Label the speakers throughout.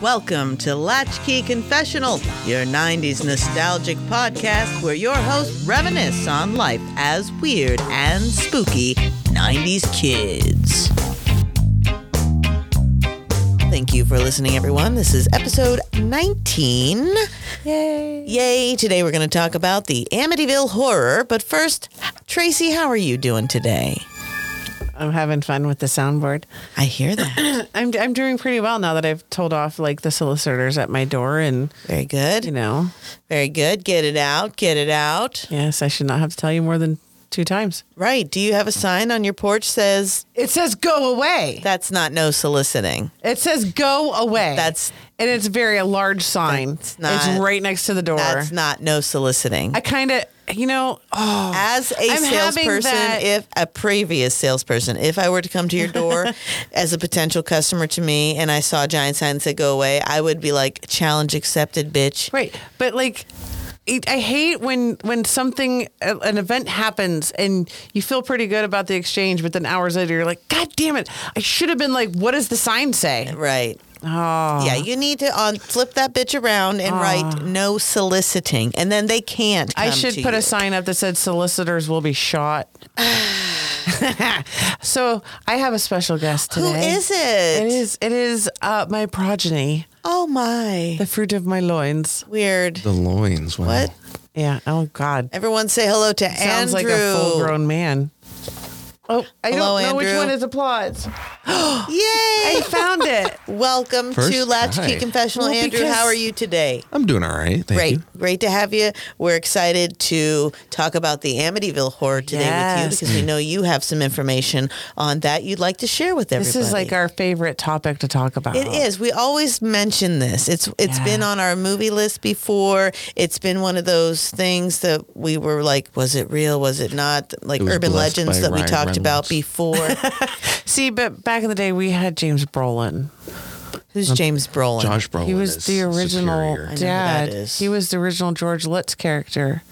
Speaker 1: Welcome to Latchkey Confessional, your 90s nostalgic podcast where your hosts reminisce on life as weird and spooky 90s kids. Thank you for listening, everyone. This is episode 19.
Speaker 2: Yay.
Speaker 1: Yay! Today we're going to talk about the Amityville horror. But first, Tracy, how are you doing today?
Speaker 2: I'm having fun with the soundboard.
Speaker 1: I hear that.
Speaker 2: I'm, I'm doing pretty well now that I've told off like the solicitors at my door and,
Speaker 1: Very good.
Speaker 2: you know,
Speaker 1: Very good. Get it out. Get it out.
Speaker 2: yes, I should not have to tell you more than two times.
Speaker 1: Right. Do you have a sign on your porch says
Speaker 2: It says go away.
Speaker 1: that's not no soliciting?
Speaker 2: It says go away.
Speaker 1: That's-
Speaker 2: and it's very a large sign.
Speaker 1: That's not-
Speaker 2: it's right next to the door.
Speaker 1: That's not no soliciting.
Speaker 2: I kind of, you know, oh,
Speaker 1: as a
Speaker 2: I'm having
Speaker 1: salesperson,
Speaker 2: that-
Speaker 1: if a previous salesperson, if I were to come to your door as a potential customer to me and I saw a giant sign that said go away, I would be like, challenge accepted, bitch.
Speaker 2: Right, but like, it, I hate when when something a- an event happens and you feel pretty good about the exchange, but then hours later you're like, God damn it! I should have been like, what does the sign say?
Speaker 1: Right.
Speaker 2: Oh,
Speaker 1: Yeah, you need to on flip that bitch around and write no soliciting, and then they can't.
Speaker 2: I
Speaker 1: come
Speaker 2: should
Speaker 1: to
Speaker 2: put
Speaker 1: you.
Speaker 2: a sign up that said solicitors will be shot. so I have a special guest
Speaker 1: Who
Speaker 2: today.
Speaker 1: is it?
Speaker 2: It is it is uh, my progeny,
Speaker 1: Oh my,
Speaker 2: the fruit of my loins.
Speaker 1: weird.
Speaker 3: The loins. Wow.
Speaker 1: What?
Speaker 2: Yeah. Oh God.
Speaker 1: Everyone say hello to
Speaker 2: Sounds
Speaker 1: Andrew.
Speaker 2: like a full grown man. Oh, I
Speaker 1: Hello,
Speaker 2: don't know which
Speaker 1: Andrew.
Speaker 2: one is applause.
Speaker 1: Yay!
Speaker 2: I found it.
Speaker 1: Welcome to
Speaker 3: First
Speaker 1: Latchkey
Speaker 3: try.
Speaker 1: Confessional,
Speaker 2: Well,
Speaker 1: Andrew.
Speaker 2: because-
Speaker 1: How are you today?
Speaker 3: I'm doing all right. Thank
Speaker 1: Great,
Speaker 3: you.
Speaker 1: great to have you. We're excited to talk about the Amityville horror today with
Speaker 2: Yes.
Speaker 1: you because we know you have some information on that you'd like to share with everybody.
Speaker 2: This is like our favorite topic to talk about.
Speaker 1: It is. We always mention this. It's it's
Speaker 2: Yeah.
Speaker 1: been on our movie list before. It's been one of those things that we were like, was it real? Was it not? Like
Speaker 3: It was
Speaker 1: urban
Speaker 3: blessed
Speaker 1: legends
Speaker 3: by
Speaker 1: that we
Speaker 3: Ryan
Speaker 1: talked about
Speaker 3: Reynolds.
Speaker 1: before.
Speaker 2: See, but back in the day, we had James Brolin.
Speaker 1: Who's James Brolin?
Speaker 3: Josh Brolin.
Speaker 2: He was
Speaker 3: is
Speaker 2: the original
Speaker 3: superior.
Speaker 1: know who that
Speaker 2: dad.
Speaker 1: is.
Speaker 2: He was the original George Lutz character.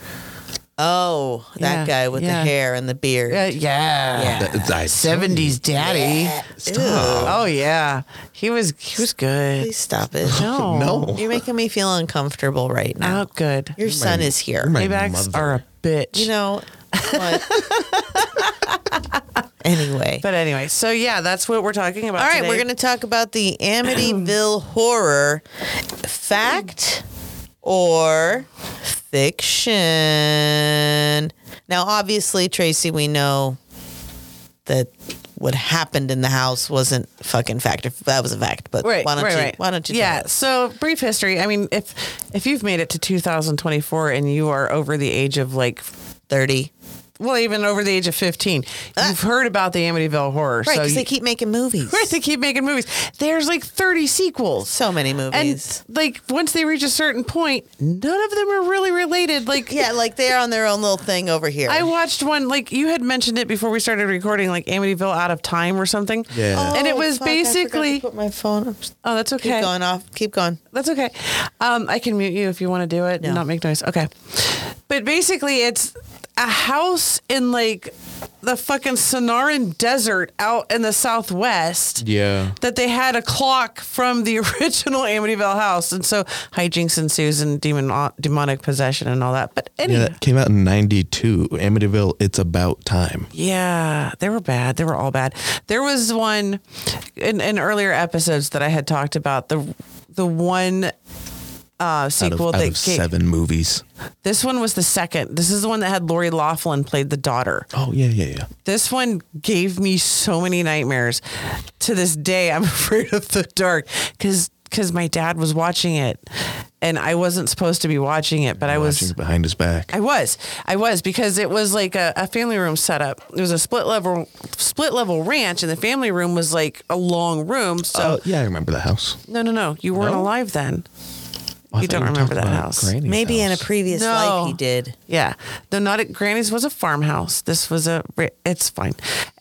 Speaker 1: Oh, that
Speaker 2: Yeah,
Speaker 1: guy with
Speaker 2: yeah.
Speaker 1: the hair and the beard.
Speaker 2: Uh, yeah.
Speaker 1: Yeah.
Speaker 3: That- I-
Speaker 2: 70s daddy.
Speaker 3: Stop.
Speaker 2: Oh yeah. He was he was good.
Speaker 1: Please stop it.
Speaker 2: No. Um,
Speaker 3: No.
Speaker 1: You're making me feel uncomfortable right now.
Speaker 2: Out good.
Speaker 1: Your son is here.
Speaker 3: You're my
Speaker 2: Paybacks
Speaker 3: mother.
Speaker 2: are a bitch.
Speaker 1: You know what? anyway.
Speaker 2: but anyway, so yeah, that's what we're talking about.
Speaker 1: All right, we're
Speaker 2: today.
Speaker 1: going to talk about the Amityville horror fact or fiction. Now, obviously, Tracy, we know that what happened in the house wasn't fucking fact. If that was a fact, but
Speaker 2: Right,
Speaker 1: why don't
Speaker 2: right,
Speaker 1: you?
Speaker 2: right.
Speaker 1: Why don't you? tell
Speaker 2: Yeah.
Speaker 1: us?
Speaker 2: So brief history. I mean, if if you've made it to 2024 and you are over the age of like,
Speaker 1: thirty.
Speaker 2: well, even over the age of 15, you've heard about the Amityville horror.
Speaker 1: Right,
Speaker 2: so
Speaker 1: because
Speaker 2: you-
Speaker 1: they keep making movies.
Speaker 2: right, they keep making movies. There's like 30 sequels.
Speaker 1: So many
Speaker 2: and
Speaker 1: movies.
Speaker 2: like once they reach a certain point, none of them are really related. Like
Speaker 1: yeah, like they're on their own little thing over here.
Speaker 2: I watched one like you had mentioned it before we started recording, like Amityville Out of Time or something.
Speaker 3: Yeah.
Speaker 2: and it
Speaker 1: Oh,
Speaker 2: was
Speaker 1: fuck, I forgot to
Speaker 2: basically
Speaker 1: put my phone. up.
Speaker 2: oh, that's
Speaker 1: Keep
Speaker 2: okay.
Speaker 1: going off. Keep going.
Speaker 2: That's okay. Um, I can mute you if you want to do it
Speaker 1: No.
Speaker 2: and not make noise. Okay. But basically, it's a house in like the fucking Sonoran Desert out in the Southwest
Speaker 3: Yeah.
Speaker 2: that they had a clock from the original Amityville house. And so hijinks ensues and demon, uh, demonic possession and all that. But
Speaker 3: Yeah,
Speaker 2: anyway.
Speaker 3: that came out in '92. Amityville. It's about time.
Speaker 2: Yeah, they were bad. They were all bad. There was one in, in earlier episodes that I had talked about the the one uh,
Speaker 3: Out of,
Speaker 2: sequel
Speaker 3: out
Speaker 2: that
Speaker 3: of
Speaker 2: came-
Speaker 3: seven movies.
Speaker 2: This one was the second. This is the one that had Lori Laughlin played the daughter.
Speaker 3: Oh yeah, yeah, yeah.
Speaker 2: This one gave me so many nightmares. To this day, I'm afraid of the dark because because my dad was watching it, and I wasn't supposed to be watching it, but I
Speaker 3: Watching
Speaker 2: was.
Speaker 3: it behind his back.
Speaker 2: I was, I was because it was like a, a family room setup. It was a split level, split level ranch, and the family room was like a long room. So
Speaker 3: oh yeah, I remember the house.
Speaker 2: no, no, no, you weren't
Speaker 3: No?
Speaker 2: alive then.
Speaker 3: Oh, I
Speaker 2: You
Speaker 3: thought
Speaker 2: don't
Speaker 3: were
Speaker 2: remember
Speaker 3: talking
Speaker 2: that
Speaker 3: about
Speaker 2: house.
Speaker 3: Granny's
Speaker 1: Maybe in a
Speaker 3: house.
Speaker 1: previous
Speaker 2: No.
Speaker 1: life he did.
Speaker 2: Yeah. Though not at Granny's was a farmhouse. This was a ri- it's fine.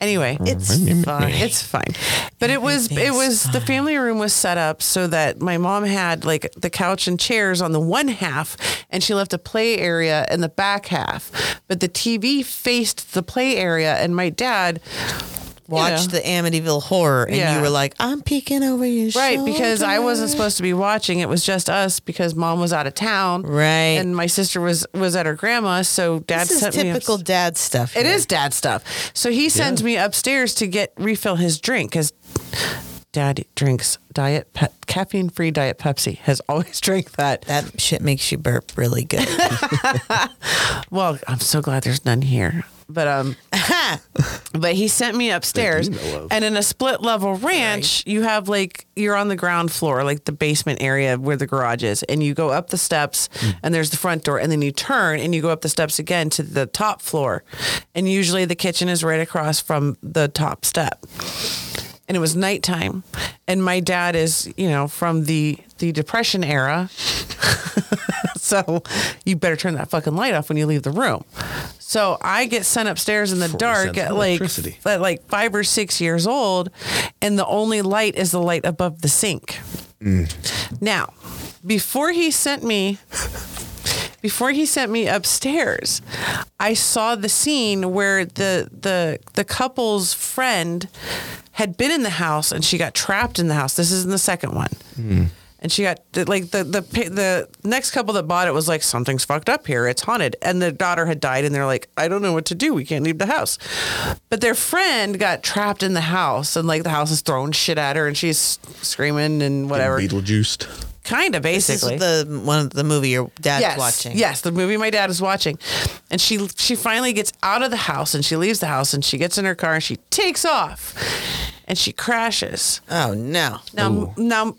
Speaker 2: Anyway, it's fine. It's fine. But it was it was the family room was set up so that my mom had like the couch and chairs on the one half and she left a play area in the back half. But the TV faced the play area and my dad
Speaker 1: watched the Amityville horror and
Speaker 2: Yeah.
Speaker 1: you were like, I'm peeking over your
Speaker 2: Right, because I
Speaker 1: shoulder."
Speaker 2: wasn't supposed to be watching. It was just us because mom was out of town.
Speaker 1: Right.
Speaker 2: And my sister was was at her grandma's, so dad
Speaker 1: This is
Speaker 2: sent
Speaker 1: typical
Speaker 2: me up-
Speaker 1: dad stuff.
Speaker 2: It
Speaker 1: here.
Speaker 2: is dad stuff. So he sends me upstairs to get refill his drink cuz dad drinks diet pe- caffeine-free diet Pepsi. Has always drank that.
Speaker 1: That shit makes you burp really good.
Speaker 2: Well, I'm so glad there's none here. But um But he sent me upstairs.
Speaker 3: That you know of.
Speaker 2: And in a split level ranch, you have like, you're on the ground floor, like the basement area where the garage is. And you go up the steps
Speaker 3: Hmm.
Speaker 2: and there's the front door. And then you turn and you go up the steps again to the top floor. And usually the kitchen is right across from the top step. And it was nighttime. And my dad is, you know, from the, the depression era. so you better turn that fucking light off when you leave the room. So I get sent upstairs in the
Speaker 3: 40
Speaker 2: dark
Speaker 3: cents
Speaker 2: at
Speaker 3: of
Speaker 2: like
Speaker 3: electricity.
Speaker 2: at like five or six years old, and the only light is the light above the sink.
Speaker 3: Mm.
Speaker 2: Now, before he sent me before he sent me upstairs, I saw the scene where the the the couple's friend had been in the house and she got trapped in the house. This is in the second one.
Speaker 1: Hmm.
Speaker 2: And she got the- like the, the pa- the next couple that bought it was like something's fucked up here. It's haunted. And the daughter had died and they're like, I don't know what to do. We can't leave the house. But their friend got trapped in the house and like the house is throwing shit at her and she's screaming and whatever.
Speaker 3: Beetlejuiced.
Speaker 2: Kind of
Speaker 1: This
Speaker 2: basically
Speaker 1: is the one the movie your dad's
Speaker 2: yes,
Speaker 1: watching.
Speaker 2: Yes, the movie my dad is watching. And she she finally gets out of the house and she leaves the house and she gets in her car and she takes off and she crashes.
Speaker 1: Oh no.
Speaker 2: Now now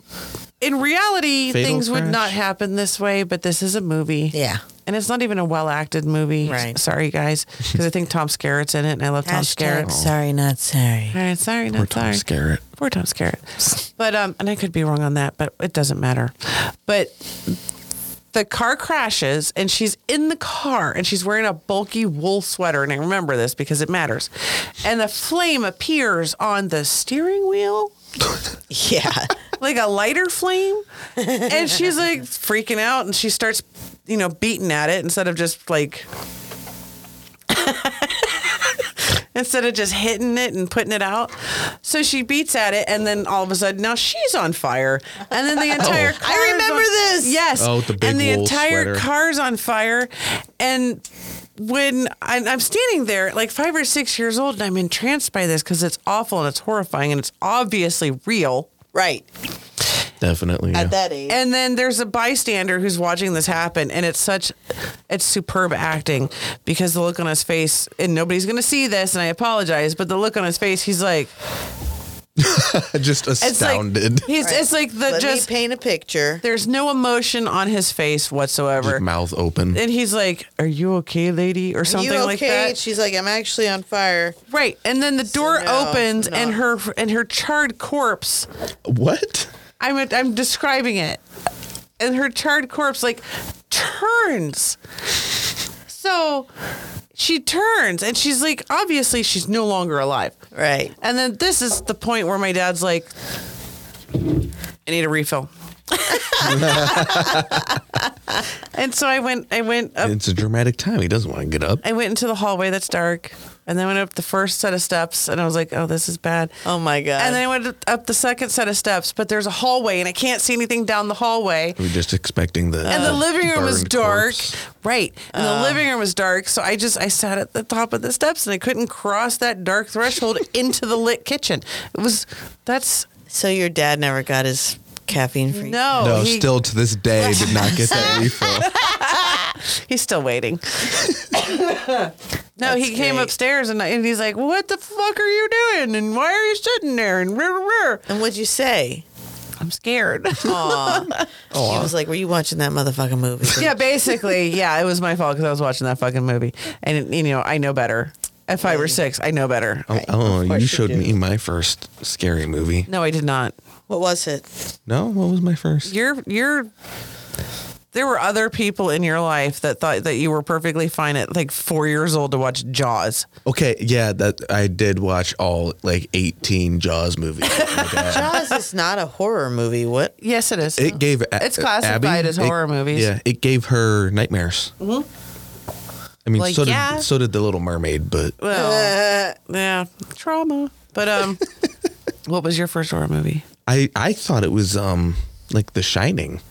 Speaker 2: in reality
Speaker 3: Fatal
Speaker 2: things would
Speaker 3: crash?
Speaker 2: not happen this way, but this is a movie.
Speaker 1: Yeah.
Speaker 2: And it's not even a well acted movie.
Speaker 1: Right.
Speaker 2: Sorry guys. Because I think Tom Skerritt's in it and I love Tom
Speaker 1: Hashtag
Speaker 2: Skerritt.
Speaker 1: sorry, not sorry.
Speaker 2: All right, sorry, not
Speaker 3: Or
Speaker 2: sorry.
Speaker 3: Tom Skerritt.
Speaker 2: Poor Tom Skerritt. But um, and I could be wrong on that, but it doesn't matter. But the car crashes and she's in the car and she's wearing a bulky wool sweater and I remember this because it matters. And the flame appears on the steering wheel
Speaker 1: Yeah.
Speaker 2: like a lighter flame. And she's like freaking out and she starts, you know, beating at it instead of just like. Instead of just hitting it and putting it out. So she beats at it, and then all of a sudden, now she's on fire. And then the entire car. is
Speaker 1: Oh. remember
Speaker 2: on-
Speaker 1: this.
Speaker 2: Yes.
Speaker 3: Oh, the big
Speaker 2: And the
Speaker 3: wool
Speaker 2: entire
Speaker 3: sweater.
Speaker 2: car's on fire. And when I- I'm standing there, like five or six years old, and I'm entranced by this because it's awful and it's horrifying and it's obviously real.
Speaker 1: right.
Speaker 3: Definitely. yeah.
Speaker 1: At that age.
Speaker 2: And then there's a bystander who's watching this happen, and it's such, it's superb acting because the look on his face, and nobody's gonna see this, and I apologize, but the look on his face, he's like,
Speaker 3: Just
Speaker 2: it's like,
Speaker 3: astounded.
Speaker 2: he's, it's like the
Speaker 1: Let
Speaker 2: just,
Speaker 1: me paint a picture.
Speaker 2: there's no emotion on his face whatsoever,
Speaker 3: Mouth open.
Speaker 2: and he's like, "Are you okay, lady?" or something
Speaker 1: you okay?
Speaker 2: like that.
Speaker 1: She's like, I'm actually on fire.
Speaker 2: right, and then the door
Speaker 1: no,
Speaker 2: opens,
Speaker 1: no.
Speaker 2: and her and her charred corpse
Speaker 3: what?
Speaker 2: I'm I'm describing it, and her charred corpse like turns. So she turns, and she's like, obviously she's no longer alive.
Speaker 1: Right.
Speaker 2: And then this is the point where my dad's like, I need a refill. and so I went, I went up
Speaker 3: It's a dramatic time. He doesn't want to get up.
Speaker 2: I went into the hallway that's dark, and then went up the first set of steps, and I was like, "Oh, this is bad."
Speaker 1: Oh, my God.
Speaker 2: And then I went up the second set of steps, but there's a hallway, and I can't see anything down the hallway.
Speaker 3: We're just expecting the.
Speaker 2: And the living room was
Speaker 3: Uh, burned
Speaker 2: dark,
Speaker 3: corpse. Uh.
Speaker 2: right? And the living room was dark, so I just I sat at the top of the steps, and I couldn't cross that dark threshold into the lit kitchen. It was that's
Speaker 1: So your dad never got his caffeine free.
Speaker 2: no,
Speaker 3: no,
Speaker 2: Oh, he-
Speaker 3: still to this day did not get that refill.
Speaker 2: He's still waiting. no, he
Speaker 1: That's
Speaker 2: came
Speaker 1: great.
Speaker 2: upstairs and, I- and he's like, "What the fuck are you doing? And why are you sitting there?" And rah, rah, rah.
Speaker 1: And what'd you say?
Speaker 2: I'm scared.
Speaker 1: Aw. he was like, Were you watching that motherfucking movie?
Speaker 2: yeah, basically, yeah, it was my fault because I was watching that fucking movie, and you know, I know better. At five or six, I know better.
Speaker 3: Oh, oh,
Speaker 1: course
Speaker 3: you
Speaker 1: you
Speaker 3: showed
Speaker 1: do.
Speaker 3: me my first scary movie.
Speaker 2: No, I did not.
Speaker 1: What was it?
Speaker 3: No, what was my first?
Speaker 2: You're you're. There were other people in your life that thought that you were perfectly fine at like four years old to watch Jaws.
Speaker 3: Okay, yeah, that I did watch all like 18 Jaws movies. Like, uh,
Speaker 1: Jaws is not a horror movie. What?
Speaker 2: Yes, it is.
Speaker 3: it gave
Speaker 2: It's classified as horror
Speaker 3: it-
Speaker 2: movies. Mm-hmm.
Speaker 3: Yeah, it gave her nightmares. I mean,
Speaker 1: Well,
Speaker 3: so did
Speaker 1: yeah.
Speaker 3: so did the Little Mermaid, but
Speaker 2: well, yeah, trauma. But um, what was your first horror movie?
Speaker 3: I I thought it was um like The Shining.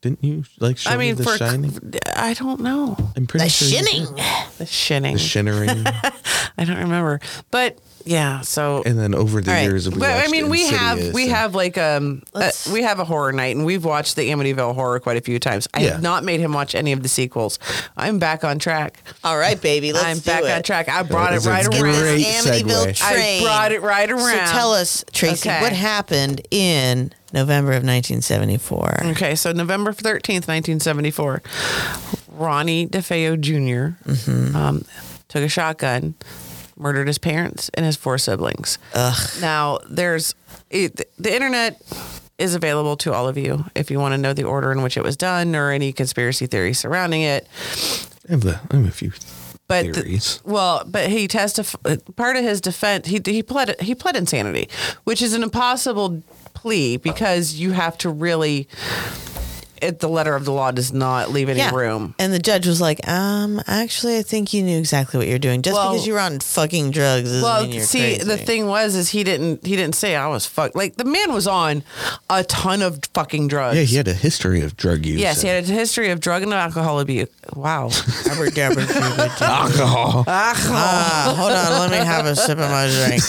Speaker 3: Didn't you like? Show
Speaker 2: I mean,
Speaker 3: me The
Speaker 2: for
Speaker 3: Shining.
Speaker 2: I don't know
Speaker 3: I'm pretty
Speaker 1: The
Speaker 3: sure you-
Speaker 1: shinning.
Speaker 2: the shinning.
Speaker 3: The Shinnering,
Speaker 2: I don't remember, but yeah. So
Speaker 3: and then over the
Speaker 2: All right.
Speaker 3: years, we
Speaker 2: Well, I
Speaker 3: watched
Speaker 2: mean, we have
Speaker 3: Insidious
Speaker 2: we
Speaker 3: and-
Speaker 2: have like um uh,
Speaker 1: Let's-
Speaker 2: we have a horror night, and we've watched the Amityville horror quite a few times. I
Speaker 3: Yeah.
Speaker 2: have not made him watch any of the sequels. I'm back on track.
Speaker 1: All right, baby. Let's
Speaker 2: I'm
Speaker 1: do
Speaker 2: back
Speaker 1: it.
Speaker 2: on track. I brought
Speaker 3: That
Speaker 2: it
Speaker 3: is a
Speaker 2: right
Speaker 1: Get
Speaker 2: around.
Speaker 3: Great
Speaker 1: this Amityville
Speaker 3: segue.
Speaker 2: I
Speaker 1: train.
Speaker 2: brought it right
Speaker 1: So
Speaker 2: around.
Speaker 1: tell us, Tracy,
Speaker 2: Okay.
Speaker 1: what happened in November of 1974?
Speaker 2: Okay, so November 13th, 1974, Ronnie DeFeo junior
Speaker 1: Mm-hmm.
Speaker 2: um, took a shotgun, murdered his parents and his four siblings.
Speaker 1: Ugh.
Speaker 2: Now, there's it, the internet is available to all of you if you want to know the order in which it was done or any conspiracy theories surrounding it.
Speaker 3: I have, the, I have a few.
Speaker 2: But the-
Speaker 3: Theories.
Speaker 2: well, but he testified. Part of his defense, he he pled he pled insanity, which is an impossible plea because you have to really. It, the letter of the law does not leave any room.
Speaker 1: And the judge was like, um, actually, I think you knew exactly what you're doing. Just
Speaker 2: Well-
Speaker 1: because you were on fucking drugs doesn't
Speaker 2: Well,
Speaker 1: mean you're
Speaker 2: see,
Speaker 1: crazy.
Speaker 2: the thing was, is he didn't he didn't say I was fucked. Like the man was on a ton of fucking drugs.
Speaker 3: Yeah, he had a history of drug use.
Speaker 2: Yes, he
Speaker 3: and
Speaker 2: had a history of drug and alcohol abuse. Wow.
Speaker 1: Abracadabra, jibba-jabba.
Speaker 3: alcohol.
Speaker 1: ah, hold on, let me have a sip of my drink.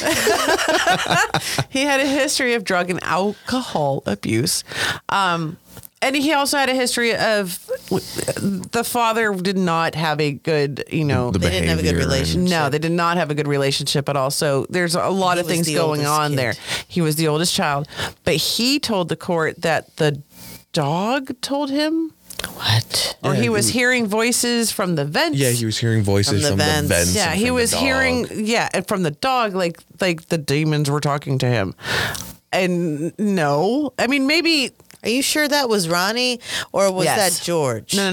Speaker 2: he had a history of drug and alcohol abuse. Um, and he also had a history of the father did not have a good, you know,
Speaker 3: The
Speaker 1: They didn't have a good
Speaker 3: behavior and-
Speaker 1: relationship.
Speaker 2: no, they did not have a good relationship at all. So there's a lot
Speaker 1: He
Speaker 2: of
Speaker 1: was
Speaker 2: things
Speaker 1: the
Speaker 2: going
Speaker 1: oldest
Speaker 2: on
Speaker 1: kid.
Speaker 2: there. He was the oldest child, but he told the court that the dog told him,
Speaker 1: What?
Speaker 2: or
Speaker 3: Yeah,
Speaker 2: he
Speaker 3: he
Speaker 2: was
Speaker 3: was-
Speaker 2: hearing voices from the vents.
Speaker 3: Yeah, he was hearing voices
Speaker 1: From the
Speaker 3: from,
Speaker 1: vents.
Speaker 3: the vents.
Speaker 2: Yeah,
Speaker 3: and
Speaker 2: he
Speaker 3: from the
Speaker 2: was
Speaker 3: dog.
Speaker 2: hearing yeah, and from the dog like like the demons were talking to him. And no, I mean maybe
Speaker 1: Are you sure that was Ronnie or was
Speaker 2: Yes.
Speaker 1: that George?
Speaker 2: no, no,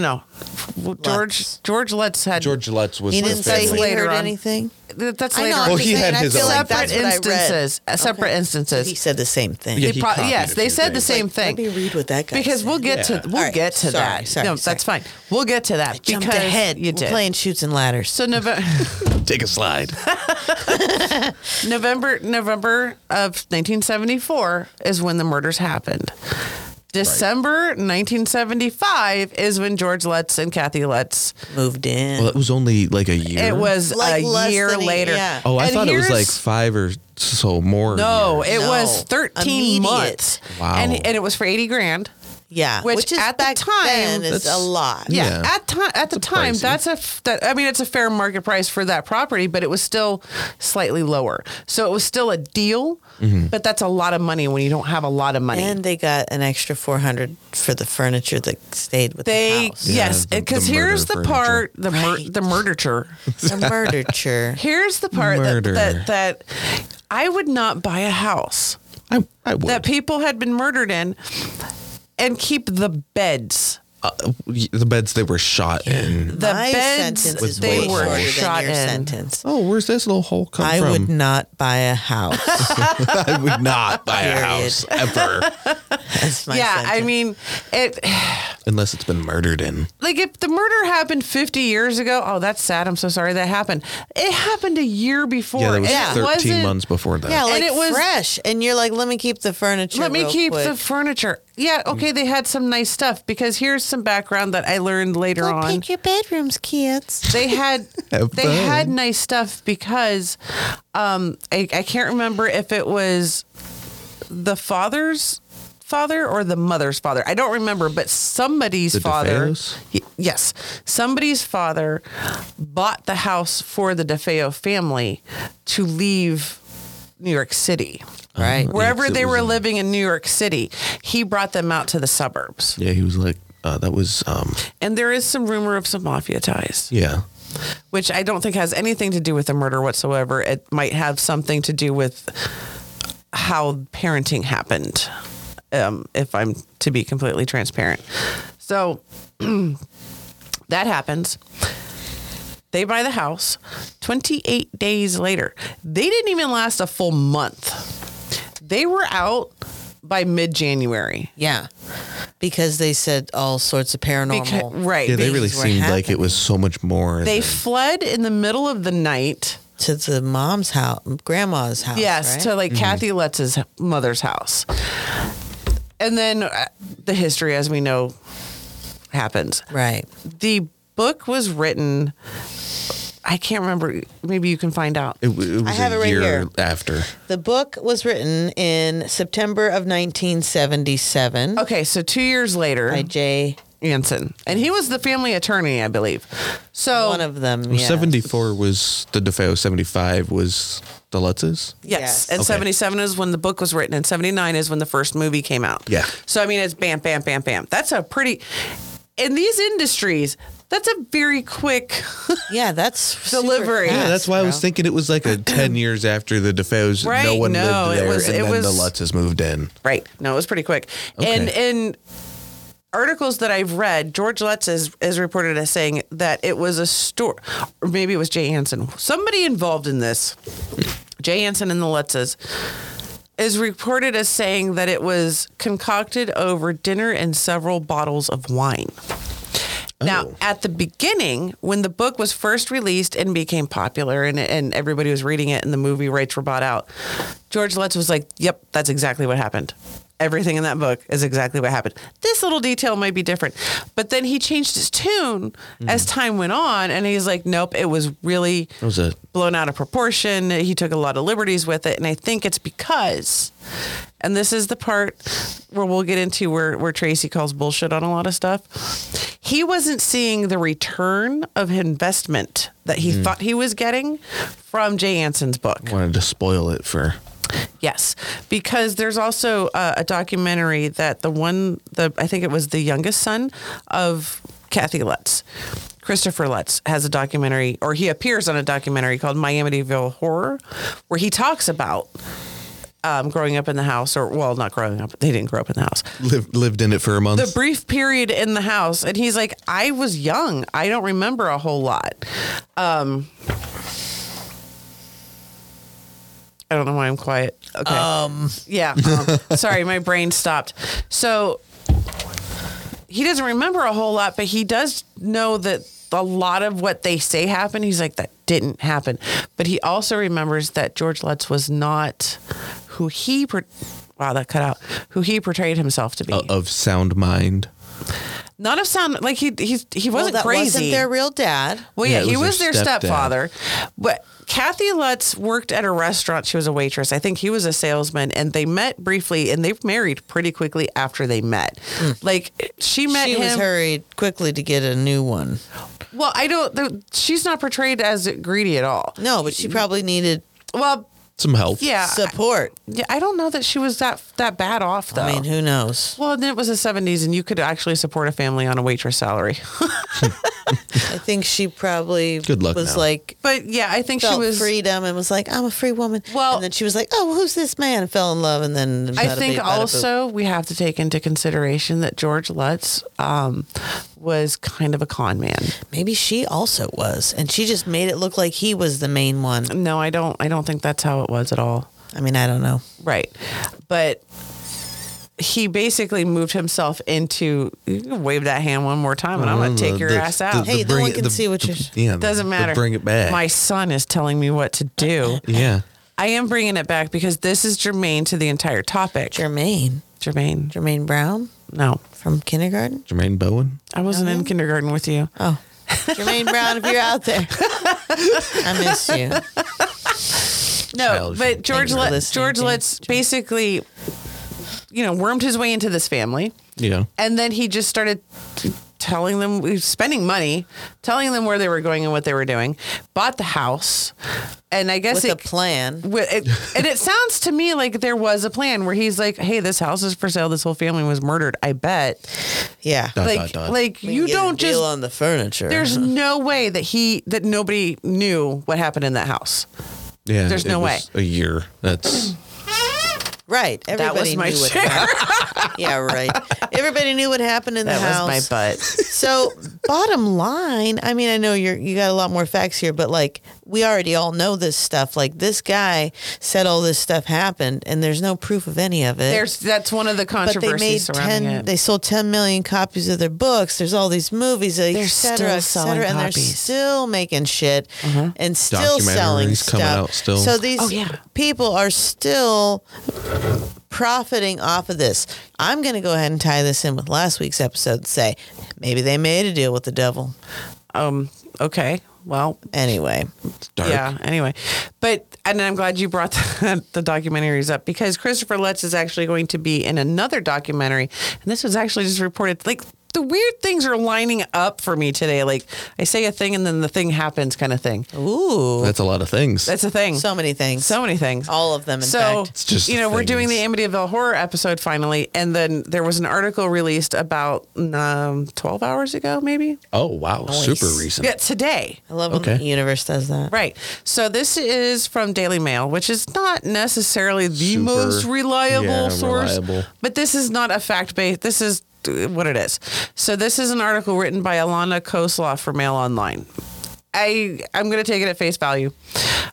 Speaker 2: no. George
Speaker 1: Lutz.
Speaker 2: George Letts had
Speaker 3: George Lutz was.
Speaker 1: He
Speaker 3: the
Speaker 1: didn't say
Speaker 3: family.
Speaker 1: he
Speaker 2: Later
Speaker 1: heard
Speaker 2: on.
Speaker 1: anything.
Speaker 2: th- that's
Speaker 1: I
Speaker 2: later.
Speaker 1: know.
Speaker 2: on.
Speaker 1: I'm
Speaker 3: Well,
Speaker 1: just
Speaker 3: he
Speaker 1: saying,
Speaker 3: had
Speaker 1: I
Speaker 3: his
Speaker 1: feel
Speaker 3: own.
Speaker 1: Like
Speaker 2: separate
Speaker 1: that's what I read.
Speaker 2: instances. uh, Separate
Speaker 1: He
Speaker 2: instances.
Speaker 1: said the same thing.
Speaker 3: Yeah,
Speaker 2: They
Speaker 3: he
Speaker 2: pro-
Speaker 3: copied
Speaker 2: yes,
Speaker 3: a
Speaker 2: they
Speaker 3: few
Speaker 2: said the
Speaker 3: things.
Speaker 2: same thing.
Speaker 1: Let me read what that guy
Speaker 2: because
Speaker 1: said.
Speaker 2: we'll get
Speaker 3: Yeah.
Speaker 2: to we'll
Speaker 1: All right,
Speaker 2: get to
Speaker 1: sorry,
Speaker 2: that.
Speaker 1: sorry,
Speaker 2: no,
Speaker 1: sorry.
Speaker 2: that's fine. We'll get to that
Speaker 1: Jumped
Speaker 2: because
Speaker 1: ahead. We're
Speaker 2: you did.
Speaker 1: playing shoots and ladders.
Speaker 2: so November
Speaker 3: Take a slide.
Speaker 2: November November of 1974 is when the murders happened. December 1975 is when George Lutz and Kathy Lutz.
Speaker 1: moved in.
Speaker 3: Well, it was only like a year.
Speaker 2: It was
Speaker 1: Like
Speaker 2: a
Speaker 1: less
Speaker 2: year
Speaker 1: than a-
Speaker 2: later.
Speaker 1: yeah.
Speaker 3: Oh, I
Speaker 2: And
Speaker 3: thought it was like
Speaker 2: here's-
Speaker 3: five or so more.
Speaker 2: no,
Speaker 3: years.
Speaker 2: it
Speaker 1: No.
Speaker 2: was
Speaker 1: Immediate.
Speaker 2: 13 months.
Speaker 3: Wow.
Speaker 2: And and it was for 80 grand.
Speaker 1: yeah,
Speaker 2: which
Speaker 1: which, is
Speaker 2: at the
Speaker 1: back
Speaker 2: time-
Speaker 1: then is a
Speaker 3: That's-
Speaker 1: lot.
Speaker 2: Yeah,
Speaker 3: Yeah.
Speaker 2: at time at the time,
Speaker 3: pricey.
Speaker 2: that's a f- that, I mean, it's a fair market price for that property, but it was still slightly lower. So it was still a deal,
Speaker 3: Mm-hmm.
Speaker 2: but that's a lot of money when you don't have a lot of money.
Speaker 1: And they got an extra 400 for the furniture that stayed with the
Speaker 2: they
Speaker 1: house.
Speaker 2: yes,
Speaker 3: the-
Speaker 2: because
Speaker 3: the murder
Speaker 2: here's the
Speaker 3: furniture.
Speaker 2: part the mur-
Speaker 1: Right.
Speaker 2: the murderture.
Speaker 1: The murderture.
Speaker 2: Here's the part that,
Speaker 3: Murder.
Speaker 2: that that I would not buy a house
Speaker 3: I, I would.
Speaker 2: that people had been murdered in and keep the beds.
Speaker 3: Uh, the beds they were shot in.
Speaker 2: The
Speaker 1: My
Speaker 2: beds
Speaker 1: sentence is
Speaker 2: they
Speaker 1: way
Speaker 2: were
Speaker 1: shorter than
Speaker 2: shot
Speaker 1: your
Speaker 2: in.
Speaker 1: sentence.
Speaker 3: Oh, where's this little hole come
Speaker 1: I
Speaker 3: from?
Speaker 1: would not buy a house.
Speaker 3: I would not buy a
Speaker 1: Period.
Speaker 3: house ever
Speaker 1: That's my
Speaker 2: yeah, I
Speaker 1: sentence.
Speaker 2: mean it.
Speaker 3: unless it's been murdered in.
Speaker 2: like if the murder happened 50 years ago oh that's sad i'm so sorry that happened it happened a year before
Speaker 3: Yeah,
Speaker 2: And
Speaker 3: that was
Speaker 2: it
Speaker 3: 13
Speaker 2: wasn't-
Speaker 3: months before that.
Speaker 1: yeah, like
Speaker 2: it was-
Speaker 1: fresh, and you're like, let me keep the furniture.
Speaker 2: let me
Speaker 1: real
Speaker 2: keep
Speaker 1: quick.
Speaker 2: the furniture yeah okay they had some nice stuff because here's some background that i learned later
Speaker 1: Go
Speaker 2: on
Speaker 1: pick your bedrooms, kids.
Speaker 2: they had
Speaker 3: Have
Speaker 2: they had
Speaker 3: fun.
Speaker 2: nice stuff because um I, I can't remember if it was the father's father or the mother's father i don't remember but somebody's
Speaker 3: The
Speaker 2: father
Speaker 3: DeFeos?
Speaker 2: Y- yes somebody's father bought the house for the defeo family to leave new york city
Speaker 3: Uh-huh.
Speaker 1: Right.
Speaker 2: wherever
Speaker 3: Yes, it
Speaker 2: they
Speaker 3: was
Speaker 2: were
Speaker 3: in-
Speaker 2: living in new york city he brought them out to the suburbs
Speaker 3: Yeah, he was like, uh, that was, um,
Speaker 2: and there is some rumor of some mafia ties
Speaker 3: yeah.
Speaker 2: which I don't think has anything to do with the murder whatsoever. It might have something to do with how parenting happened, um, if I'm to be completely transparent. So that happens. They buy the house 28 days later. They didn't even last a full month. They were out by mid January.
Speaker 1: Yeah, because they said all sorts of paranormal.
Speaker 2: Right.
Speaker 3: Yeah, they
Speaker 1: things
Speaker 3: really
Speaker 1: were
Speaker 3: seemed like it was so much more.
Speaker 2: They
Speaker 3: than-
Speaker 2: fled in the middle of the night
Speaker 1: to the mom's house, grandma's house.
Speaker 2: Yes,
Speaker 1: right? Mm-hmm.
Speaker 2: to like Kathy Lutz's mother's house. And then uh, the history, as we know, happens.
Speaker 1: right.
Speaker 2: The book was written, I can't remember, maybe you can find out.
Speaker 3: It, w- it was
Speaker 1: have
Speaker 3: a
Speaker 1: it right
Speaker 3: year
Speaker 1: here.
Speaker 3: after.
Speaker 1: The book was written in September of 1977
Speaker 2: Okay, so two years later,
Speaker 1: by Jay,
Speaker 2: Anson. And he was the family attorney, I believe. So,
Speaker 1: one of them.
Speaker 3: Well,
Speaker 1: yeah.
Speaker 3: 74 was the DeFeo, 75 was the Lutzes.
Speaker 2: yes.
Speaker 1: Yes.
Speaker 2: And
Speaker 3: Okay.
Speaker 2: 77 is when the book was written, and 79 is when the first movie came out.
Speaker 3: Yeah.
Speaker 2: So, I mean, it's bam, bam, bam, bam. That's a pretty, in these industries, that's a very quick.
Speaker 1: Yeah, that's super
Speaker 2: Delivery.
Speaker 1: fast,
Speaker 3: Yeah, that's why I was
Speaker 1: bro.
Speaker 3: thinking it was like a 10 years after the DeFeos.
Speaker 2: Right,
Speaker 3: no one
Speaker 2: no, it
Speaker 3: lived there.
Speaker 2: was-
Speaker 3: and
Speaker 2: it
Speaker 3: then
Speaker 2: was-
Speaker 3: the Lutzes moved in.
Speaker 2: Right. No, it was pretty quick.
Speaker 3: Okay.
Speaker 2: And in articles that I've read, George Lutz is, is reported as saying that it was a story, or maybe it was Jay Anson, somebody involved in this, Jay Anson and the Lutzes, is reported as saying that it was concocted over dinner and several bottles of wine. Now,
Speaker 3: Oh.
Speaker 2: at the beginning, when the book was first released and became popular and, and everybody was reading it and the movie rights were bought out, George Lutz was like, yep, that's exactly what happened. Everything in that book is exactly what happened. This little detail might be different. But then he changed his tune as time went on and he's like, nope, it was really
Speaker 3: Mm. It was a
Speaker 2: blown out of proportion. He took a lot of liberties with it. And I think it's because, and this is the part where we'll get into where, where Tracy calls bullshit on a lot of stuff. He wasn't seeing the return of investment that he thought he was getting from Jay Anson's book.
Speaker 3: wanted to spoil it for
Speaker 2: Yes, because there's also uh, a documentary that the one, the I think it was the youngest son of Kathy Lutz, Christopher Lutz, has a documentary, or he appears on a documentary called Miamityville Horror, where he talks about um, growing up in the house, or well, not growing up, they didn't grow up in the house,
Speaker 3: lived lived in it for a month.
Speaker 2: the brief period in the house and he's like i was young i don't remember a whole lot um i don't know why i'm quiet okay um yeah um, sorry my brain stopped so he doesn't remember a whole lot but he does know that a lot of what they say happened he's like that didn't happen but he also remembers that george lutz was not who he per- wow that cut out who he portrayed himself to be
Speaker 3: O- of sound mind.
Speaker 2: not of sound like he he's, he
Speaker 1: Well,
Speaker 2: wasn't
Speaker 1: that
Speaker 2: crazy.
Speaker 1: wasn't their real dad.
Speaker 2: well, yeah,
Speaker 3: Yeah, it
Speaker 2: he
Speaker 3: was
Speaker 2: was
Speaker 3: their
Speaker 2: their
Speaker 3: stepdad.
Speaker 2: stepfather. But Kathy Lutz worked at a restaurant. She was a waitress. I think he was a salesman, and they met briefly, and they married pretty quickly after they met. Like she met
Speaker 1: Hmm. She
Speaker 2: him.
Speaker 1: was hurried quickly to get a new one.
Speaker 2: Well, I don't. The, she's not portrayed as greedy at all.
Speaker 1: No, but she probably needed
Speaker 2: Well,
Speaker 3: Some help.
Speaker 2: yeah,
Speaker 1: support.
Speaker 2: yeah, I don't know that she was that that bad off though.
Speaker 1: I mean, who knows?
Speaker 2: well, then it was the '70s, and you could actually support a family on a waitress salary.
Speaker 1: I think she probably
Speaker 3: Good luck
Speaker 1: was
Speaker 3: now.
Speaker 1: like
Speaker 2: but yeah, I think she
Speaker 1: felt
Speaker 2: was
Speaker 1: freedom and was like, I'm a free woman.
Speaker 2: Well-
Speaker 1: and then she was like, Oh, who's this man? And fell in love and then
Speaker 2: I
Speaker 1: bada
Speaker 2: think
Speaker 1: bing, bada boop.
Speaker 2: also we have to take into consideration that George Lutz um, was kind of a con man.
Speaker 1: maybe she also was, and she just made it look like he was the main one.
Speaker 2: No, I don't. I don't think that's how it was at all.
Speaker 1: I mean, I don't know.
Speaker 2: Right, but he basically moved himself into. You can wave that hand one more time, and I'm gonna take your ass out.
Speaker 1: Hey, no one can see what you're-
Speaker 3: Yeah,
Speaker 2: Doesn't
Speaker 3: Mm, the
Speaker 2: matter.
Speaker 3: Bring it back.
Speaker 2: My son is telling me what to do.
Speaker 3: yeah.
Speaker 2: I am bringing it back because this is germane to the entire topic.
Speaker 1: Jermaine,
Speaker 2: Germane.
Speaker 1: Jermaine Brown
Speaker 2: No,
Speaker 1: from kindergarten.
Speaker 3: Jermaine Bowen.
Speaker 2: I wasn't in kindergarten with you.
Speaker 1: Oh, Jermaine Brown, if you're out there, I miss you.
Speaker 2: No,
Speaker 3: Childish.
Speaker 2: but George
Speaker 1: for
Speaker 2: Lutz,
Speaker 1: listening,
Speaker 2: George
Speaker 1: James.
Speaker 2: Lutz basically, you know, wormed his way into this family.
Speaker 3: Yeah.
Speaker 2: And then he just started t- telling them, spending money, telling them where they were going and what they were doing, bought the house. And I guess
Speaker 1: With
Speaker 2: it,
Speaker 1: a plan.
Speaker 2: wi- it. And it sounds to me like there was a plan where he's like, hey, this house is for sale. This whole family was murdered. I bet.
Speaker 1: Yeah.
Speaker 3: Dot,
Speaker 2: like,
Speaker 3: dot, dot.
Speaker 2: like
Speaker 1: We
Speaker 2: you
Speaker 1: can get a
Speaker 2: don't
Speaker 1: deal
Speaker 2: just.
Speaker 1: on the furniture.
Speaker 2: There's no way that he that nobody knew what happened in that house.
Speaker 3: Yeah.
Speaker 2: There's
Speaker 3: it
Speaker 2: no
Speaker 3: was A year. That's
Speaker 1: right. Everybody
Speaker 2: was my
Speaker 1: knew what
Speaker 2: share.
Speaker 1: happened. yeah, right. Everybody knew what happened in
Speaker 2: That
Speaker 1: the house.
Speaker 2: was my butt.
Speaker 1: So bottom line, I mean, I know you're you got a lot more facts here, but like we already all know this stuff. Like this guy said all this stuff happened, and there's no proof of any of it.
Speaker 2: There's that's one of the
Speaker 1: but they
Speaker 2: controversies
Speaker 1: made
Speaker 2: surrounding
Speaker 1: ten.
Speaker 2: it.
Speaker 1: They sold ten million copies of their books. There's all these movies, et
Speaker 2: They're
Speaker 1: cetera,
Speaker 2: still
Speaker 1: et cetera,
Speaker 2: selling
Speaker 1: and they're
Speaker 2: copies. Mm-hmm.
Speaker 1: still making shit and still selling
Speaker 3: Documentaries
Speaker 1: stuff.
Speaker 3: coming out still.
Speaker 1: So these
Speaker 2: Oh, yeah.
Speaker 1: people are still profiting off of this. I'm going to go ahead and tie this in with last week's episode. And say maybe they made a deal with the devil.
Speaker 2: um. Okay. Well,
Speaker 1: Anyway,
Speaker 3: Dark.
Speaker 2: Yeah. Anyway, but and I'm glad you brought the, the documentaries up because Christopher Lutz is actually going to be in another documentary, and this was actually just reported. Like the weird things are lining up for me today. Like I say a thing and then the thing happens, kind of thing.
Speaker 1: ooh,
Speaker 3: That's a lot of things.
Speaker 2: That's a thing.
Speaker 1: so many things.
Speaker 2: so many things.
Speaker 1: all of them. In
Speaker 2: So
Speaker 1: fact,
Speaker 3: It's just
Speaker 2: you know we're doing the
Speaker 3: things.
Speaker 2: Amityville horror episode finally, and then there was an article released about um, twelve hours ago, maybe.
Speaker 3: oh wow, super recent.
Speaker 2: Yeah, today.
Speaker 1: I love when
Speaker 3: Okay.
Speaker 1: the universe does that.
Speaker 2: Right. So this is from Daily Mail, which is not necessarily the
Speaker 3: Super-
Speaker 2: most reliable
Speaker 3: yeah,
Speaker 2: source,
Speaker 3: reliable.
Speaker 2: but this is not a fact based. This is uh, what it is. So this is an article written by Alana Koslaw for Mail Online. I I'm going to take it at face value.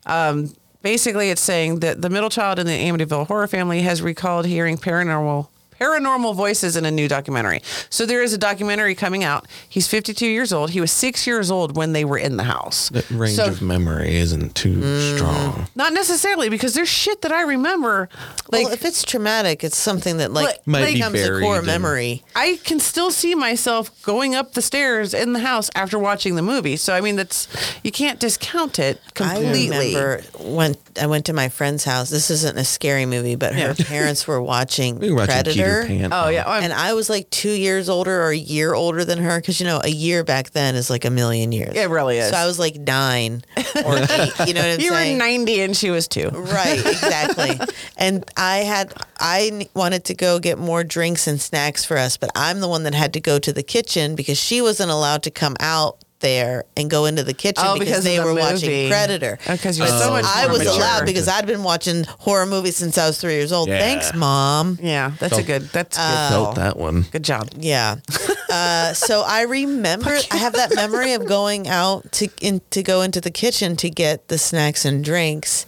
Speaker 2: Um, basically, it's saying that the middle child in the Amityville horror family has recalled hearing paranormal paranormal voices in a new documentary. So there is a documentary coming out. He's 52 years old. He was 6 years old when they were in the house.
Speaker 3: That range
Speaker 2: So-
Speaker 3: of memory isn't too
Speaker 1: Mm.
Speaker 3: strong.
Speaker 2: not necessarily because there's shit that I remember. Like
Speaker 1: well, if it's traumatic, it's something that like
Speaker 2: Like- Might
Speaker 3: be
Speaker 1: becomes a
Speaker 3: buried
Speaker 1: core
Speaker 3: in-
Speaker 1: memory.
Speaker 2: I can still see myself going up the stairs in the house after watching the movie. So I mean, that's you can't discount it completely.
Speaker 1: I remember when I went to my friend's house. This isn't a scary movie, but her parents were watching,
Speaker 3: We were watching
Speaker 1: Predator.
Speaker 3: Peter Pan.
Speaker 2: Oh yeah, I'm-
Speaker 1: And I was like two years older or a year older than her because, you know, a year back then is like a million years.
Speaker 2: It really is.
Speaker 1: So I was like nine or eight. You know what I'm
Speaker 2: you
Speaker 1: saying?
Speaker 2: were 90 and she was two.
Speaker 1: Right, exactly. and I had I n- wanted to go get more drinks and snacks for us, but I'm the one that had to go to the kitchen because she wasn't allowed to come out there and go into the kitchen
Speaker 2: Oh,
Speaker 1: because,
Speaker 2: because of
Speaker 1: they
Speaker 2: the
Speaker 1: were watching
Speaker 2: movie. Oh,
Speaker 1: Predator.
Speaker 2: Because you're
Speaker 1: But
Speaker 2: so much
Speaker 1: I
Speaker 2: more
Speaker 1: was
Speaker 2: mature.
Speaker 1: allowed because I'd been watching horror movies since I was three years old.
Speaker 3: Yeah.
Speaker 1: Thanks, mom.
Speaker 2: Yeah, that's a
Speaker 3: Felt-
Speaker 2: good. That's a good. call.
Speaker 3: Felt that one.
Speaker 2: Good job.
Speaker 1: Yeah. Uh, so I remember I have that memory of going out to in, to go into the kitchen to get the snacks and drinks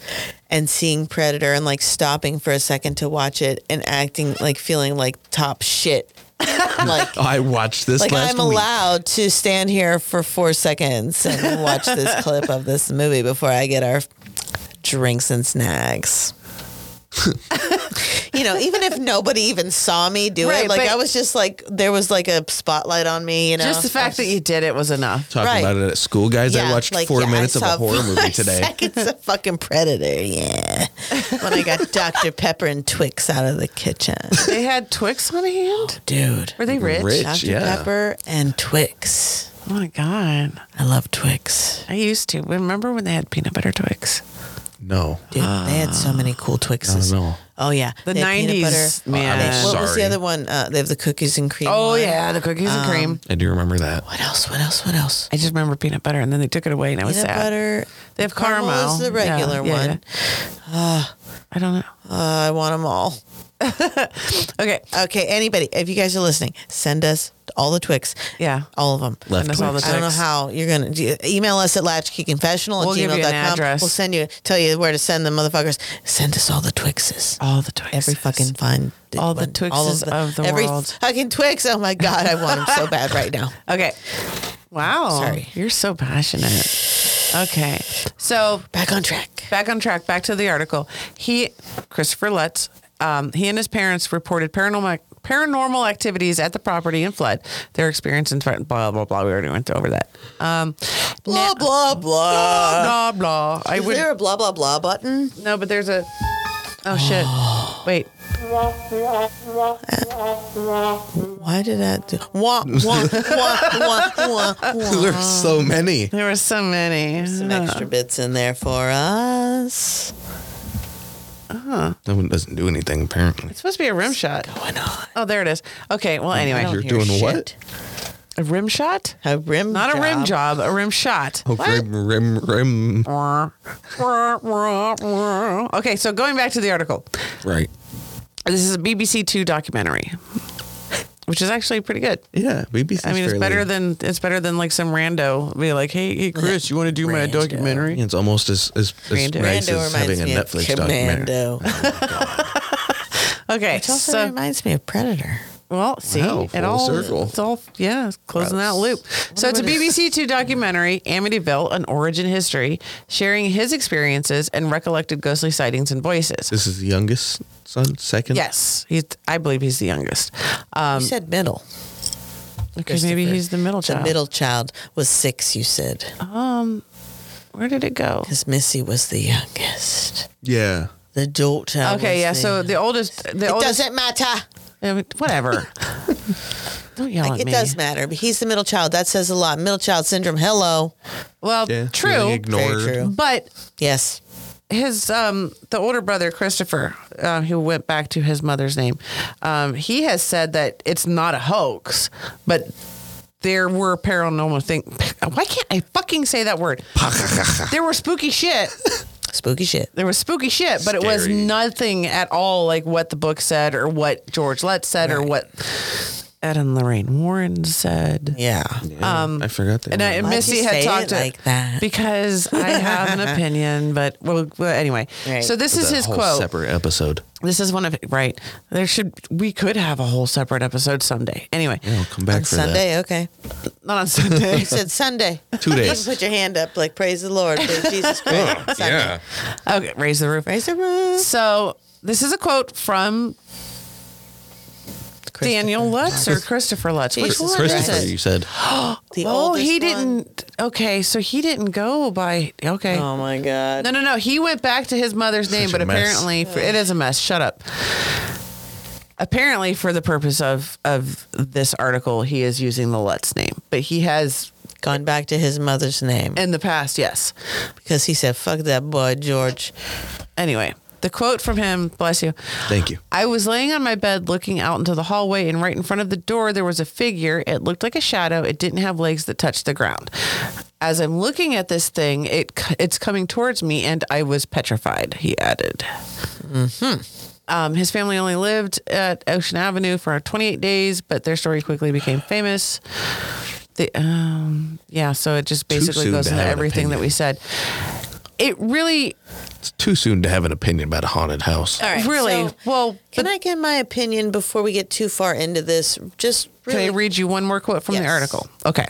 Speaker 1: and seeing Predator and like stopping for a second to watch it and acting like feeling like top shit. like
Speaker 3: I watched this
Speaker 1: like
Speaker 3: last
Speaker 1: I'm
Speaker 3: week.
Speaker 1: allowed to stand here for 4 seconds and watch this clip of this movie before I get our drinks and snacks. you know, even if nobody even saw me do it,
Speaker 2: Right,
Speaker 1: like
Speaker 2: but-
Speaker 1: I was just like there was like a spotlight on me, you know.
Speaker 2: Just the fact that you did it was enough.
Speaker 3: Talking
Speaker 1: right.
Speaker 3: about it at school, guys. I
Speaker 1: Yeah,
Speaker 3: watched
Speaker 1: like,
Speaker 3: four
Speaker 1: yeah, I
Speaker 3: minutes of a
Speaker 1: saw
Speaker 3: horror movie
Speaker 1: five
Speaker 3: today.
Speaker 1: Seconds of fucking Predator, yeah. When I got Dr. Pepper and Twix out of the kitchen,
Speaker 2: They had Twix on hand.
Speaker 1: dude.
Speaker 2: Were they rich?
Speaker 3: Rich.
Speaker 1: Dr.
Speaker 3: yeah.
Speaker 1: Pepper and Twix.
Speaker 2: Oh my god,
Speaker 1: I love Twix.
Speaker 2: I used to remember when they had peanut butter Twix.
Speaker 3: No,
Speaker 1: Dude, they had so many cool Twixes.
Speaker 3: not at all.
Speaker 1: Oh yeah,
Speaker 2: The
Speaker 1: They had peanut
Speaker 2: 90s,
Speaker 1: butter.
Speaker 3: Oh,
Speaker 2: man.
Speaker 1: They- what was the
Speaker 3: Sorry.
Speaker 1: other one? Uh, they have the cookies and cream.
Speaker 2: Oh
Speaker 1: one.
Speaker 2: yeah, the cookies
Speaker 1: Um,
Speaker 2: and cream.
Speaker 3: I do remember that.
Speaker 1: What else? What else? What else?
Speaker 2: I just remember peanut butter, and then they took it away, and I was
Speaker 1: Peanut
Speaker 2: sad.
Speaker 1: butter.
Speaker 2: They have caramel.
Speaker 1: is the regular
Speaker 2: Yeah, yeah,
Speaker 1: one.
Speaker 2: I don't know.
Speaker 1: Uh, I want them all.
Speaker 2: Okay.
Speaker 1: Okay, anybody, if you guys are listening, send us all the Twix.
Speaker 2: Yeah.
Speaker 1: all of them.
Speaker 3: Left
Speaker 2: Send us all the
Speaker 3: wing.
Speaker 1: I don't know
Speaker 2: Twix.
Speaker 1: how you're gonna do, email us at latchkeyconfessional
Speaker 2: We'll
Speaker 1: at
Speaker 2: give you
Speaker 1: gmail.com.
Speaker 2: an address.
Speaker 1: We'll send you tell you where to send the motherfuckers. Send us all the Twixes.
Speaker 2: All the Twixes.
Speaker 1: Every fucking fine.
Speaker 2: All the Twixes of the
Speaker 1: every
Speaker 2: world.
Speaker 1: fucking Twix. Oh my god, I want them so bad right now.
Speaker 2: Okay. Wow.
Speaker 1: Sorry.
Speaker 2: You're so passionate. Okay. So
Speaker 1: Back on track.
Speaker 2: back on track, back to the article. He, Christopher Lutz, um, he and his parents reported paranormal paranormal activities at the property in flood. Their experience in threatened blah blah blah. We already went over that. Um,
Speaker 1: Blah blah blah.
Speaker 2: blah blah. I
Speaker 1: Is
Speaker 2: would
Speaker 1: there a blah blah blah button?
Speaker 2: no, but there's a. Oh shit! Wait.
Speaker 1: Why did that do? Wah wah wah wah wah wah.
Speaker 3: There's so many.
Speaker 2: There were so many.
Speaker 1: Some extra bits in there for us.
Speaker 3: That one doesn't do anything apparently.
Speaker 2: It's supposed to be a rim shot.
Speaker 1: Going on.
Speaker 2: Oh, there it is. Okay. Well,
Speaker 1: I don't
Speaker 2: anyway,
Speaker 3: You're
Speaker 1: hear
Speaker 3: doing what?
Speaker 1: shit.
Speaker 2: a rim shot.
Speaker 1: A rim.
Speaker 2: Not a rim
Speaker 1: job.
Speaker 2: job, a rim shot.
Speaker 3: Oh, rim, rim, rim.
Speaker 2: Okay, so going back to the article,
Speaker 3: Right.
Speaker 2: this is a BBC Two documentary. which is actually pretty good.
Speaker 3: Yeah, BBC.
Speaker 2: I mean, it's better than it's better than like some rando be like, hey, hey Chris, you want to do my
Speaker 1: Rando.
Speaker 2: documentary?
Speaker 3: It's almost as as, as
Speaker 2: Commando.
Speaker 3: nice
Speaker 1: Commando
Speaker 3: as having
Speaker 1: reminds
Speaker 3: a
Speaker 1: me of
Speaker 3: Netflix documentary.
Speaker 1: Commando,
Speaker 2: Okay,
Speaker 1: which also
Speaker 2: so
Speaker 1: reminds me of Predator.
Speaker 2: well, see,
Speaker 3: Wow,
Speaker 2: it
Speaker 3: full
Speaker 2: all
Speaker 3: circle.
Speaker 2: it's all yeah, it's closing that loop. So it's a BBC Two documentary, Amityville: An Origin History, sharing his experiences and recollected ghostly sightings and voices.
Speaker 3: This is the youngest son, second.
Speaker 2: Yes, he's. I believe he's the youngest. Um,
Speaker 1: You said middle.
Speaker 2: okay, maybe
Speaker 1: Christopher.
Speaker 2: he's the middle
Speaker 1: The
Speaker 2: child.
Speaker 1: middle child was six. You said
Speaker 2: Um, where did it go?
Speaker 1: because Missy was the youngest.
Speaker 3: Yeah.
Speaker 1: The daughter. was
Speaker 2: Okay, yeah.
Speaker 1: the-
Speaker 2: So the oldest, the
Speaker 1: Oh, it
Speaker 2: oldest,
Speaker 1: doesn't matter.
Speaker 2: I mean, whatever. Don't yell
Speaker 1: Like,
Speaker 2: at
Speaker 1: it
Speaker 2: me.
Speaker 1: does matter, but he's the middle child. That says a lot. Middle child syndrome. Hello.
Speaker 2: Well,
Speaker 3: Yeah. Feeling
Speaker 2: true,
Speaker 3: ignored.
Speaker 1: Very true.
Speaker 2: but
Speaker 1: Yes.
Speaker 2: his um the older brother Christopher, uh, who went back to his mother's name, um, he has said that it's not a hoax, but there were paranormal things. Why can't I fucking say that word? there were spooky shit.
Speaker 1: Spooky shit.
Speaker 2: There was spooky shit, but it was
Speaker 3: Scary.
Speaker 2: nothing at all like what the book said or what George Lett said or what Ed and Lorraine Warren said.
Speaker 1: Yeah.
Speaker 3: um, I forgot that.
Speaker 2: And, I, and
Speaker 1: Why'd
Speaker 2: Missy
Speaker 1: you
Speaker 2: had
Speaker 1: say
Speaker 2: talked
Speaker 1: it
Speaker 2: to
Speaker 1: like that?
Speaker 2: because I have an opinion, but well, well anyway.
Speaker 1: Right.
Speaker 2: So this is
Speaker 3: a
Speaker 2: his
Speaker 3: whole
Speaker 2: quote.
Speaker 3: Separate episode.
Speaker 2: This is one of right. There should we could have a whole separate episode someday. Anyway,
Speaker 3: Yeah, I'll come back
Speaker 1: On
Speaker 3: for
Speaker 1: Sunday. Okay.
Speaker 2: not on Sunday.
Speaker 1: You said Sunday.
Speaker 3: Two days.
Speaker 1: Put your hand up. Like praise the Lord. Praise Jesus Christ.
Speaker 3: that. Oh,
Speaker 1: Sunday.
Speaker 2: okay, raise the roof.
Speaker 1: Praise the Lord.
Speaker 2: So this is a quote from Daniel Lutz or Christopher Lutz. Which
Speaker 1: Jesus
Speaker 2: one is
Speaker 3: Christopher,
Speaker 1: Christ.
Speaker 2: it?
Speaker 3: you said.
Speaker 1: The
Speaker 2: Oh,
Speaker 1: oldest
Speaker 2: he
Speaker 1: one.
Speaker 2: didn't. Okay, so he didn't go by. Okay.
Speaker 1: Oh my God.
Speaker 2: No, no, no. He went back to his mother's name,
Speaker 3: a
Speaker 2: but
Speaker 3: mess.
Speaker 2: apparently for, it is a mess. Shut up. Apparently, for the purpose of of this article, he is using the Lutz name, but he has
Speaker 1: Gone back to his mother's name
Speaker 2: in the past. Yes.
Speaker 1: because he said, "Fuck that boy, George."
Speaker 2: Anyway, the quote from him. Bless you.
Speaker 3: Thank you.
Speaker 2: I was laying on my bed looking out into the hallway, and right in front of the door, there was a figure. It looked like a shadow. It didn't have legs that touched the ground. As I'm looking at this thing, it c- it's coming towards me, and I was petrified. He added.
Speaker 3: Mm-hmm.
Speaker 2: Um, his family only lived at Ocean Avenue for 28 days, but their story quickly became famous. The, um, yeah, so it just basically
Speaker 3: soon
Speaker 2: goes
Speaker 3: to
Speaker 2: into
Speaker 3: have an
Speaker 2: everything that
Speaker 3: opinion.
Speaker 2: we said. It really,
Speaker 3: It's too soon to have an opinion about a haunted house.
Speaker 1: All right,
Speaker 2: really,
Speaker 1: so-
Speaker 2: well,
Speaker 1: Can I get my opinion before we get too far into this? Just
Speaker 2: Can
Speaker 1: really
Speaker 2: I read you one more quote from the
Speaker 1: Yes.
Speaker 2: article? Okay.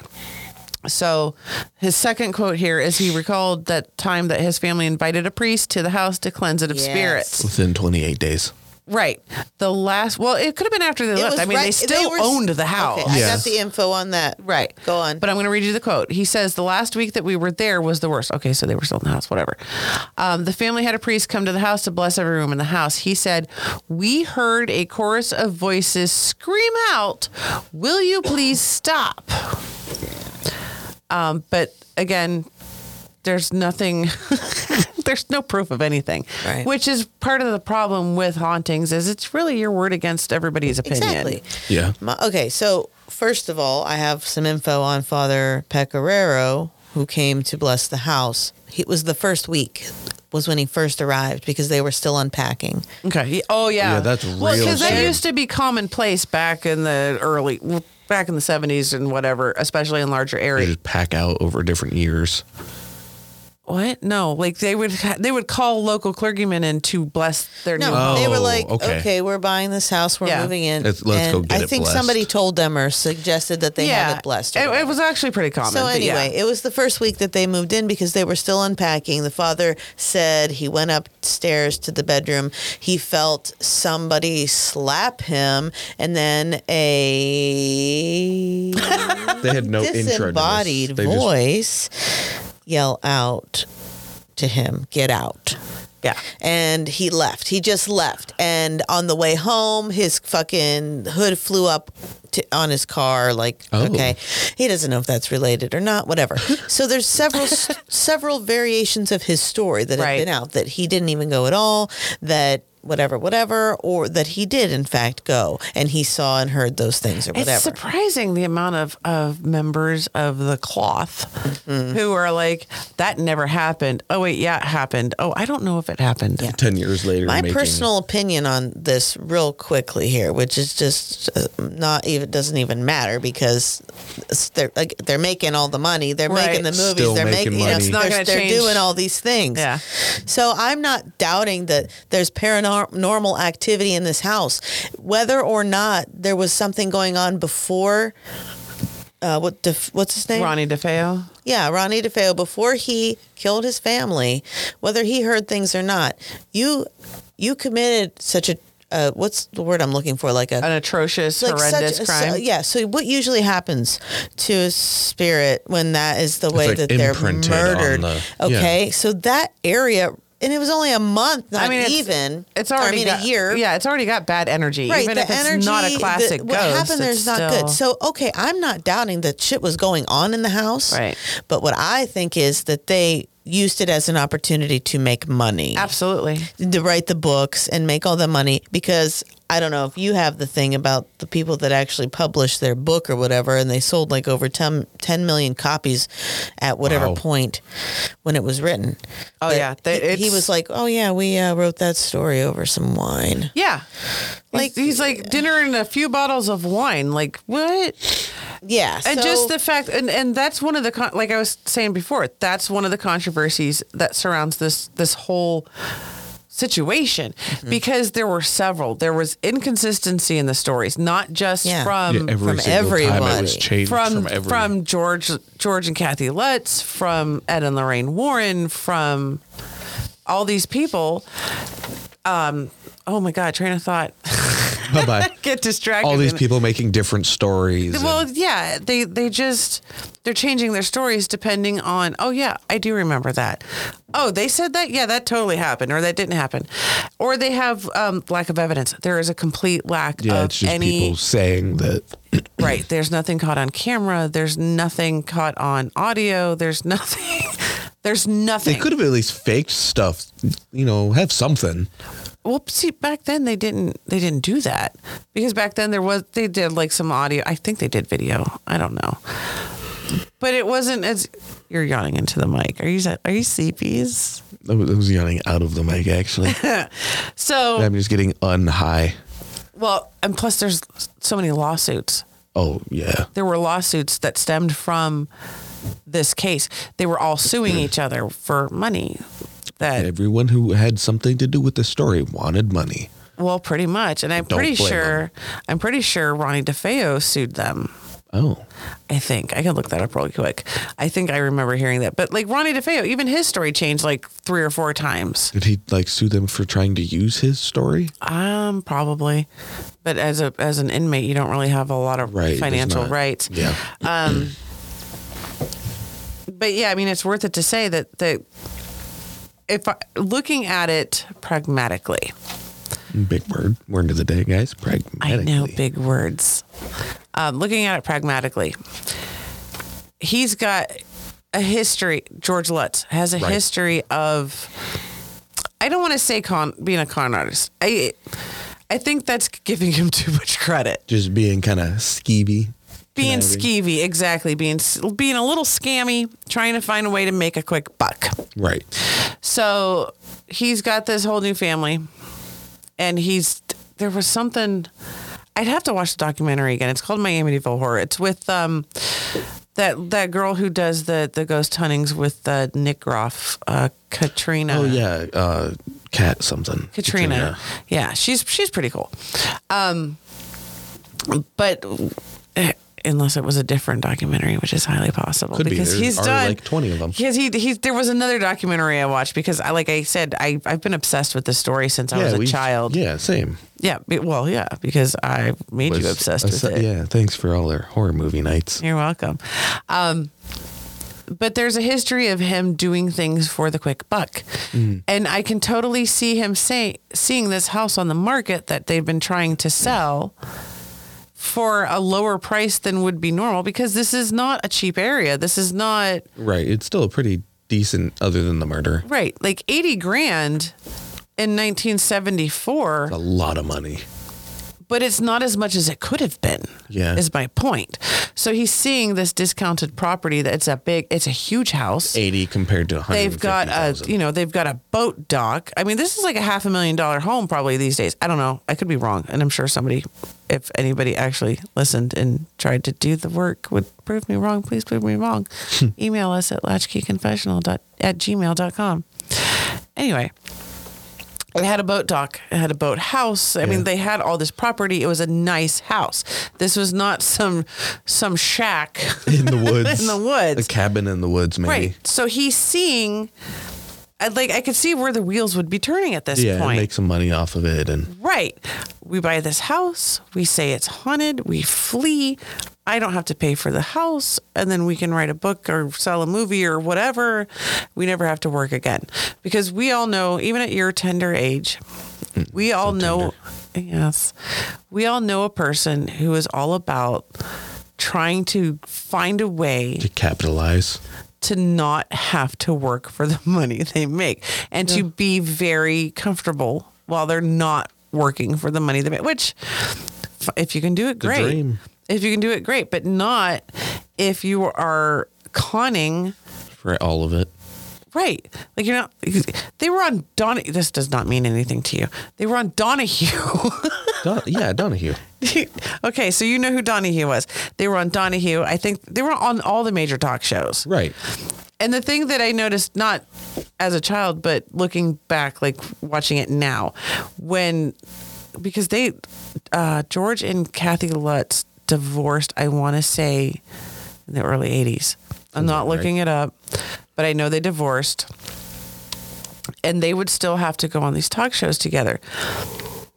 Speaker 2: So his second quote here is he recalled that time that his family invited a priest to the house to cleanse it of
Speaker 1: Yes.
Speaker 2: spirits.
Speaker 3: Within 28 days.
Speaker 2: Right. The last, well, it could have been after they left. I mean, they
Speaker 1: right-
Speaker 2: still
Speaker 1: were-
Speaker 2: owned the house.
Speaker 1: Okay, I
Speaker 3: Yeah.
Speaker 1: got the info on that.
Speaker 2: Right.
Speaker 1: Go on.
Speaker 2: But I'm going to read you the quote. He says, The last week that we were there was the worst. Okay, so they were still in the house, whatever. Um, the family had a priest come to the house to bless every room in the house. He said, We heard a chorus of voices scream out, Will you please stop? Um, but again, there's nothing there's no proof of anything
Speaker 1: Right.
Speaker 2: which is part of the problem with hauntings is it's really your word against everybody's opinion
Speaker 1: exactly.
Speaker 3: Yeah.
Speaker 1: My, okay, so first of all, I have some info on Father Pecoraro, who came to bless the house. It was the first week was when he first arrived because they were still unpacking.
Speaker 2: Okay. Oh yeah.
Speaker 3: Yeah, that's
Speaker 2: Well,
Speaker 3: real
Speaker 2: because that
Speaker 3: shit.
Speaker 2: used to be commonplace back in the early, back in the seventies and whatever, especially in larger
Speaker 3: They
Speaker 2: areas.
Speaker 3: just pack out over different years.
Speaker 2: What? No, like they would they would call local clergymen in to bless their
Speaker 1: No,
Speaker 2: new.
Speaker 1: they were
Speaker 3: Oh,
Speaker 1: like, okay.
Speaker 3: okay.
Speaker 1: we're buying this house, we're
Speaker 2: Yeah.
Speaker 1: moving in.
Speaker 3: Let's- let's go
Speaker 1: And
Speaker 3: get
Speaker 1: I
Speaker 3: it
Speaker 1: think
Speaker 3: blessed.
Speaker 1: somebody told them or suggested that they
Speaker 2: yeah,
Speaker 1: have it blessed. or
Speaker 2: It, it
Speaker 1: whatever.
Speaker 2: was actually pretty common.
Speaker 1: So
Speaker 2: but yeah.
Speaker 1: anyway, it was the first week that they moved in because they were still unpacking. The father said he went upstairs to the bedroom. He felt somebody slap him, and then a
Speaker 3: They had no intro.
Speaker 1: disembodied voice yell out to him, "Get out!"
Speaker 2: yeah.
Speaker 1: and he left. He just left. And on the way home, his fucking hood flew up to, on his car. Like,
Speaker 3: Oh.
Speaker 1: okay, he doesn't know if that's related or not. Whatever. so there's several s- several variations of his story that
Speaker 2: Right.
Speaker 1: have been out that he didn't even go at all. That whatever, whatever, or that he did in fact go and he saw and heard those things or whatever.
Speaker 2: It's surprising the amount of, of members of the cloth who are like, that never happened. Oh, wait, yeah, it happened. Oh, I don't know if it happened.
Speaker 1: Yeah.
Speaker 3: Ten years later,
Speaker 1: My
Speaker 3: making-
Speaker 1: personal opinion on this, real quickly here, which is just uh, not even doesn't even matter because it's- they're like, they're making all the money, they're making
Speaker 2: Right.
Speaker 1: the movies,
Speaker 3: Still
Speaker 1: they're making,
Speaker 3: making
Speaker 1: you know,
Speaker 3: money. It's
Speaker 2: not
Speaker 1: they're,
Speaker 2: gonna
Speaker 1: they're
Speaker 2: change.
Speaker 1: doing all these things.
Speaker 2: Yeah.
Speaker 1: So I'm not doubting that there's paranormal activity in this house, whether or not there was something going on before. Uh, what def- what's his name?
Speaker 2: Ronnie DeFeo.
Speaker 1: Yeah, Ronnie DeFeo, before he killed his family, whether he heard things or not, you you committed such a uh, what's the word I'm looking for? Like a
Speaker 2: An atrocious,
Speaker 1: like such
Speaker 2: horrendous
Speaker 1: a-
Speaker 2: crime.
Speaker 1: so- yeah. So what usually happens to a spirit when that is the way
Speaker 3: like
Speaker 1: that they're
Speaker 3: imprinted on
Speaker 1: murdered?
Speaker 3: the-
Speaker 1: okay, so that area, and it was only a month, not
Speaker 2: it's-
Speaker 1: even.
Speaker 2: It's
Speaker 1: or,
Speaker 2: already
Speaker 1: I mean,
Speaker 2: got,
Speaker 1: a year.
Speaker 2: Yeah, it's already got bad energy.
Speaker 1: Right,
Speaker 2: even
Speaker 1: the
Speaker 2: if it's
Speaker 1: energy,
Speaker 2: not a
Speaker 1: the-
Speaker 2: classic
Speaker 1: what
Speaker 2: ghost,
Speaker 1: happened there's
Speaker 2: it's
Speaker 1: not good.
Speaker 2: still-
Speaker 1: So okay, I'm not doubting that shit was going on in the house.
Speaker 2: Right.
Speaker 1: But what I think is that they used it as an opportunity to make money,
Speaker 2: absolutely.
Speaker 1: to write the books and make all the money. Because I don't know if you have the thing about the people that actually published their book or whatever, and they sold like over 10, 10 million copies at whatever
Speaker 3: Wow.
Speaker 1: point when it was written.
Speaker 2: Oh,
Speaker 1: But
Speaker 2: yeah. They-
Speaker 1: he, he
Speaker 2: it's-
Speaker 1: was like, "Oh yeah, we uh, wrote that story over some wine."
Speaker 2: Yeah.
Speaker 1: Like-
Speaker 2: Like he's like dinner and a few bottles of wine. Like what?
Speaker 1: Yeah,
Speaker 2: And
Speaker 1: so-
Speaker 2: just the fact, and, and that's one of the con- like I was saying before, that's one of the controversies that surrounds this this whole situation
Speaker 1: Mm-hmm.
Speaker 2: because there were several. There was inconsistency in the stories, not just
Speaker 1: Yeah.
Speaker 2: from
Speaker 4: Yeah, every
Speaker 1: from
Speaker 4: single time it
Speaker 1: everybody.
Speaker 4: was changed
Speaker 2: from
Speaker 4: from
Speaker 2: from,
Speaker 4: every
Speaker 2: George George and Kathy Lutz, from Ed and Lorraine Warren, from all these people. Um, oh my God, train of thought.
Speaker 3: Bye bye.
Speaker 2: Get distracted.
Speaker 3: All these
Speaker 2: in-
Speaker 3: people making different stories. and-
Speaker 2: Well, yeah, they they just they're changing their stories depending on. Oh yeah, I do remember that. Oh, they said that. Yeah, that totally happened, or that didn't happen, or they have um, lack of evidence. There is a complete lack
Speaker 4: yeah,
Speaker 2: of
Speaker 4: it's just
Speaker 2: any
Speaker 4: people saying that
Speaker 2: Right. There's nothing caught on camera. There's nothing caught on audio. There's nothing. There's nothing.
Speaker 3: they could have at least faked stuff. You know, have something.
Speaker 2: Well, see, back then they didn't. They didn't do that because back then there was. They did like some audio. I think they did video. I don't know. But it wasn't as. You're yawning into the mic. Are you? Are you sleepies?
Speaker 3: I was, I was yawning out of the mic. Actually,
Speaker 2: So
Speaker 3: I'm just getting unhigh.
Speaker 2: well, and plus there's so many lawsuits.
Speaker 3: Oh yeah.
Speaker 2: there were lawsuits that stemmed from this case. They were all suing each other for money. That
Speaker 3: Everyone who had something to do with the story wanted money.
Speaker 2: well, pretty much, and I'm
Speaker 3: Don't
Speaker 2: pretty
Speaker 3: blame
Speaker 2: sure. I'm pretty sure Ronnie DeFeo sued them.
Speaker 3: Oh,
Speaker 2: I think I can look that up really quick. I think I remember hearing that. But like Ronnie DeFeo, even his story changed like three or four times.
Speaker 3: did he like sue them for trying to use his story?
Speaker 2: Um, probably. But as a as an inmate, you don't really have a lot of
Speaker 3: Right, there's
Speaker 2: financial
Speaker 3: not-
Speaker 2: rights. Um,
Speaker 3: Yeah.
Speaker 2: but yeah, I mean, it's worth it to say that that if I, looking at it pragmatically,
Speaker 3: Big word. Word of the day, guys.
Speaker 2: I
Speaker 3: Pragmatically.
Speaker 2: know big words. Um, looking at it pragmatically, he's got a history. George Lutz has a
Speaker 3: Right.
Speaker 2: history of. I don't want to say con being a con artist. I I think that's giving him too much credit.
Speaker 3: Just being kind of skeevy.
Speaker 2: Being
Speaker 3: conniving.
Speaker 2: skeevy, exactly. Being s- being a little scammy, trying to find a way to make a quick buck.
Speaker 3: Right.
Speaker 2: So he's got this whole new family, and he's there was something. I'd have to watch the documentary again. It's called Miami Devil Horror. It's with um that that girl who does the the ghost huntings with uh, Nick Groff, uh, Katrina.
Speaker 3: Oh yeah, uh, cat something.
Speaker 2: Katrina. Yeah, she's she's pretty cool. Um, but eh, unless it was a different documentary, which is highly possible,
Speaker 3: Could be.
Speaker 2: because
Speaker 3: There
Speaker 2: he's
Speaker 3: are,
Speaker 2: done
Speaker 3: like, 20 of them.
Speaker 2: Because he he's there was another documentary I watched because I like I said I I've been obsessed with this story since I was a
Speaker 3: we-
Speaker 2: child.
Speaker 3: Yeah, same.
Speaker 2: Yeah, be- Well, yeah, because I made you
Speaker 3: Was
Speaker 2: obsessed
Speaker 3: a
Speaker 2: with
Speaker 3: se-
Speaker 2: it.
Speaker 3: Yeah, thanks for all their horror movie nights.
Speaker 2: You're welcome. Um, but there's a history of him doing things for the quick buck,
Speaker 3: Mm.
Speaker 2: and I can totally see him say seeing this house on the market that they've been trying to sell for a lower price than would be normal because this is not a cheap area. This is not
Speaker 3: Right. It's still pretty decent, other than the murder.
Speaker 2: right. Like eighty grand in 1974,
Speaker 3: A lot of money.
Speaker 2: but it's not as much as it could have been.
Speaker 3: Yeah.
Speaker 2: is my point. So he's seeing this discounted property that's a big, it's a huge house.
Speaker 3: 80 compared to 100.
Speaker 2: They've got a, you know, they've got a boat dock. I mean, this is like a half a million dollar home probably these days. I don't know. I could be wrong, and I'm sure somebody, if anybody actually listened and tried to do the work, would prove me wrong. Please prove me wrong. Email us at latchkeyconfessional dot- at gmail.com. Anyway. It had a boat dock. It had a boat house. I mean,
Speaker 3: Yeah.
Speaker 2: they had all this property. It was a nice house. This was not some some shack
Speaker 3: in the woods.
Speaker 2: in the woods.
Speaker 3: A cabin in the woods, maybe.
Speaker 2: Right. So he's seeing, I- like, I could see where the wheels would be turning at this
Speaker 3: Yeah, and
Speaker 2: point.
Speaker 3: make some money off of it. And
Speaker 2: right. We buy this house. We say it's haunted. We flee. I don't have to pay for the house. And then we can write a book or sell a movie or whatever. We never have to work again. Because we all know, even at your tender age,
Speaker 3: Mm,
Speaker 2: we all know, yes, we all know a person who is all about trying to find a way
Speaker 3: to capitalize.
Speaker 2: to not have to work for the money they make and to be very comfortable while they're not working for the money they make, which f- if you can do it, great.
Speaker 3: dream.
Speaker 2: If you can do it, great, but not if you are conning.
Speaker 3: for all of it.
Speaker 2: Right. Like you're not, they were on Donahue. This does not mean anything to you. They were on Donahue.
Speaker 3: Don- yeah, Donahue.
Speaker 2: okay. So you know who Donahue was. They were on Donahue. I think they were on all the major talk shows.
Speaker 3: Right.
Speaker 2: And the thing that I noticed, not as a child, but looking back, like watching it now, when because they, uh, George and Kathy Lutz divorced, I want to say in the early 80s. I'm not
Speaker 3: right?
Speaker 2: looking it up, but I know they divorced. And they would still have to go on these talk shows together.